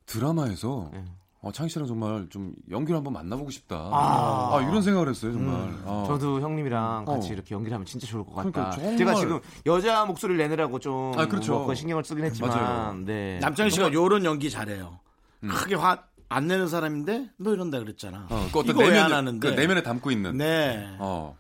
I: 드라마에서
A: 예.
I: 어, 창희 씨랑 정말 좀 연기를 한번 만나보고 싶다. 아, 이런 생각을 했어요 정말.
A: 음.
I: 아.
B: 저도 형님이랑 같이
I: 어.
B: 이렇게 연기를 하면 진짜 좋을 것 같다.
I: 그러니까 정말-
B: 제가 지금 여자 목소리를 내느라고 좀
I: 아, 그렇죠.
B: 뭔가 신경을 쓰긴
I: 맞아요.
B: 했지만 네.
A: 남창희 씨가 요런 연기 잘해요. 크게 화 안 내는 사람인데 너 이런다 그랬잖아.
I: 음. 어, 그 어떤
A: 이거 왜 안
I: 내면을-
A: 하는데?
I: 그 내면에 담고 있는.
A: 네.
I: 어,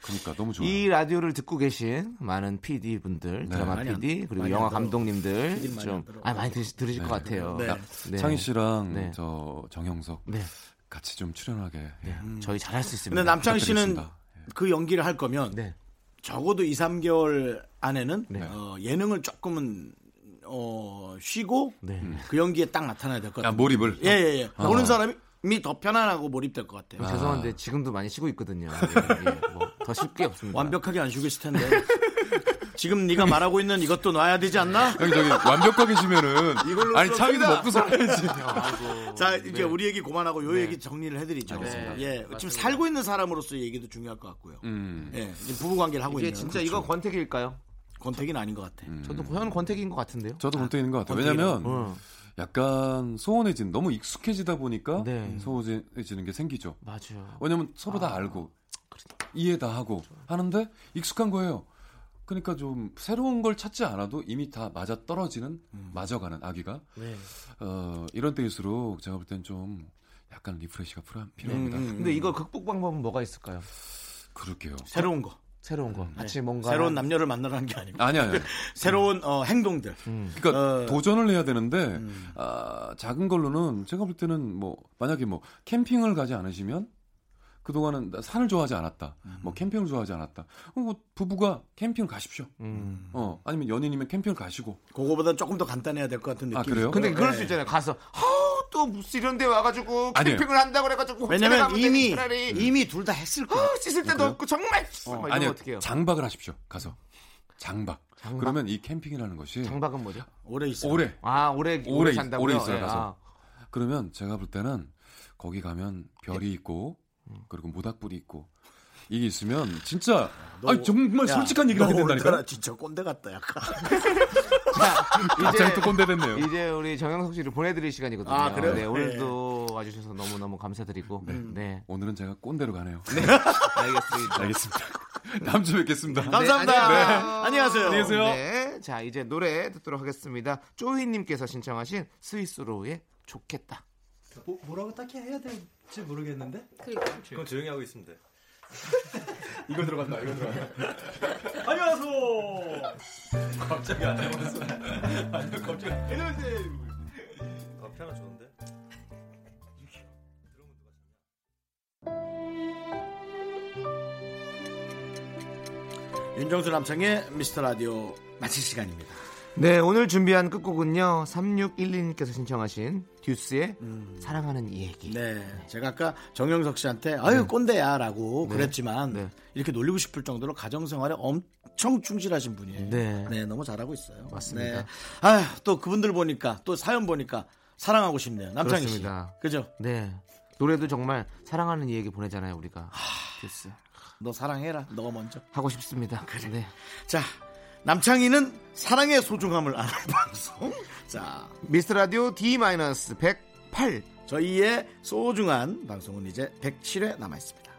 I: 그러니까 너무 좋아요.
B: 이 라디오를 듣고 계신 많은 PD
I: 네.
B: 분들, 드라마
A: 많이 안-
B: PD 그리고
A: 많이
B: 영화
A: 안 들어.
B: 감독님들
A: PD 많이 안
B: 좀
A: 들어.
B: 아, 많이 들으, 들으실 것 같아요.
A: 네.
B: 네.
I: 창희 씨랑
B: 네.
I: 저 정영석
B: 네.
I: 같이 좀 출연하게. 예.
B: 음. 저희 잘할 수 있습니다.
A: 음. 근데 남창희 씨는
I: 부탁드리겠습니다.
A: 그 연기를 할 거면
B: 네.
A: 적어도 2, 3개월 안에는
B: 네.
A: 어, 예능을 조금은 어, 쉬고
B: 네.
A: 그 연기에 딱 나타나야 될 것
I: 야
A: 같아요.
I: 몰입을.
A: 예, 예, 예.
I: 어.
A: 보는 사람이 더 편안하고 몰입될 것 같아요.
B: 죄송한데 지금도 많이 쉬고 있거든요. 예, 예. 뭐더 쉽게 없습니다.
A: 완벽하게 안 쉬고 있을
B: [LAUGHS]
A: 텐데. 지금 네가 말하고 있는 이것도 놔야 되지 않나?
I: 형이 저기 완벽하게 시면은
A: 이걸로
I: 아니 창희도
A: 썼습니다.
I: 먹고 살아야지.
A: 자, 이제
I: 네.
A: 우리 얘기 그만하고
B: 네.
A: 요 얘기 정리를 해드리죠. 예, 지금 살고 있는 사람으로서 얘기도 중요할 것 같고요.
I: 음.
A: 예, 부부 관계를 하고
B: 이게
A: 있는.
B: 진짜 이거 권태기일까요?
A: 권태기는 아닌 것 같아.
I: 음.
B: 저도 그 현 권태기인 것 같은데요.
I: 저도 본태있는것 같아요.
A: 음.
I: 왜냐면
B: 어.
I: 약간 소원해진 너무 익숙해지다 보니까
B: 네.
I: 소원해지는 게 생기죠.
B: 맞아요. 그러니까.
I: 왜냐면 서로 다 알고 이해 다 하고 하는데 익숙한 거예요. 그러니까 좀 새로운 걸 찾지 않아도 이미 다 맞아 떨어지는
B: 음.
I: 맞아가는 아기가
A: 네.
I: 어, 이런 때일수록 제가 볼 땐 좀 약간 리프레시가 필요-
A: 음,
I: 필요합니다.
B: 근데 이거 극복 방법은 뭐가 있을까요?
I: 그럴게요.
A: 새로운 거.
B: 새로운 거. 같이 뭔가
A: 음. 네. 새로운 남녀를 만나라는 게 아니고.
I: 아니 아니. 아니. 음.
A: 새로운 어, 행동들.
I: 그러니까
A: 어.
I: 도전을 해야 되는데
B: 음.
I: 아, 작은 걸로는 제가 볼 때는 뭐 만약에 뭐 캠핑을 가지 않으시면 그 동안은 산을 좋아하지 않았다.
B: 음.
I: 뭐 캠핑을 좋아하지 않았다. 그럼 뭐 부부가 캠핑 가십시오.
B: 음.
I: 어 아니면 연인이면 캠핑을 가시고. 어,
A: 그거보다 조금 더 간단해야 될 것 같은 느낌.
I: 아, 그래요?
B: 근데
A: 네.
B: 그럴 수 있잖아요. 가서 하또 무슨 이런 데 와가지고
I: 아니에요.
B: 캠핑을 한다고 그래가지고
A: 왜냐면
B: 호텔에 어, 가면
A: 이미 음.
B: 차라리
A: 이미 둘 다 했을 거야.
B: 아, 씻을 때도 없고 정말 막 이런
I: 아니요
B: 거 어떻게 해요?
I: 장박을 하십시오. 가서 장박.
B: 장박?
I: 그러면 이 캠핑이라는 것이
B: 장박은 뭐죠?
A: 오래 있어.
I: 오래
B: 아 오래
I: 음. 오래
B: 오래
I: 있-
B: 산다고요?
I: 오래 있어요,
B: 예,
I: 가서. 그러면 제가 볼 때는 거기 가면
A: 예.
I: 별이 있고
A: 음.
I: 그리고 모닥불이 있고 이게 있으면 진짜 아니 정말
A: 야,
I: 솔직한 얘기를 하게
A: 너
I: 된다니까.
A: 오늘따라 진짜 꼰대 같다 약간.
B: 네, 아.
I: 갑자기 또
B: 이제
I: 꼰대 됐네요.
B: 이제 우리 정영석 씨를 보내드릴 시간이거든요.
A: 아, 그래요?
B: 네, 오늘도 와주셔서 너무 너무 감사드리고 네, 네.
I: 오늘은 제가 꼰대로 가네요. [LAUGHS]
B: 알겠습니다.
I: 알겠습니다. 다음 주에 뵙겠습니다.
A: 감사합니다.
B: 네,
A: 안녕하세요. 안녕히 계세요.
B: 네, 자 이제 노래 듣도록 하겠습니다. 쪼희님께서 신청하신 스위스로의 좋겠다.
K: 뭐라고 딱히 해야 될지 모르겠는데
D: 그럼 조용히 하고 있으면 돼.
B: 이거 들어간다. 이거 들어간다.
D: 안녕하세요. 갑자기 안 해봤어. 갑자기. 앞에 하나 줬는데.
A: 윤정수 남창의 미스터 라디오 마칠 시간입니다.
B: 네, 오늘 준비한 끝곡은요. 3612님께서 신청하신 듀스의 사랑하는 이 얘기.
A: 네. 제가 아까 정영석 씨한테
I: 네.
A: 아유 꼰대야라고 그랬지만 이렇게 놀리고 싶을 정도로 가정 생활에 엄청 충실하신 분이에요.
B: 네.
A: 너무 잘하고 있어요. 네.
B: 맞습니다.
A: 아유, 또 그분들 보니까 또 사연 보니까 사랑하고 싶네요. 남창희 씨.
B: 그렇습니다.
A: 그죠?
B: 네. 노래도 정말 사랑하는 이 얘기 보내잖아요, 우리가. 듀스.
A: 너 사랑해라. 너가 먼저.
B: 하고 싶습니다. 그래. 네.
A: 자, 남창희는 사랑의 소중함을 아는 [LAUGHS] 방송. 자,
B: 미스 라디오 D-108.
A: 저희의 소중한 방송은 이제 107회 남아 있습니다.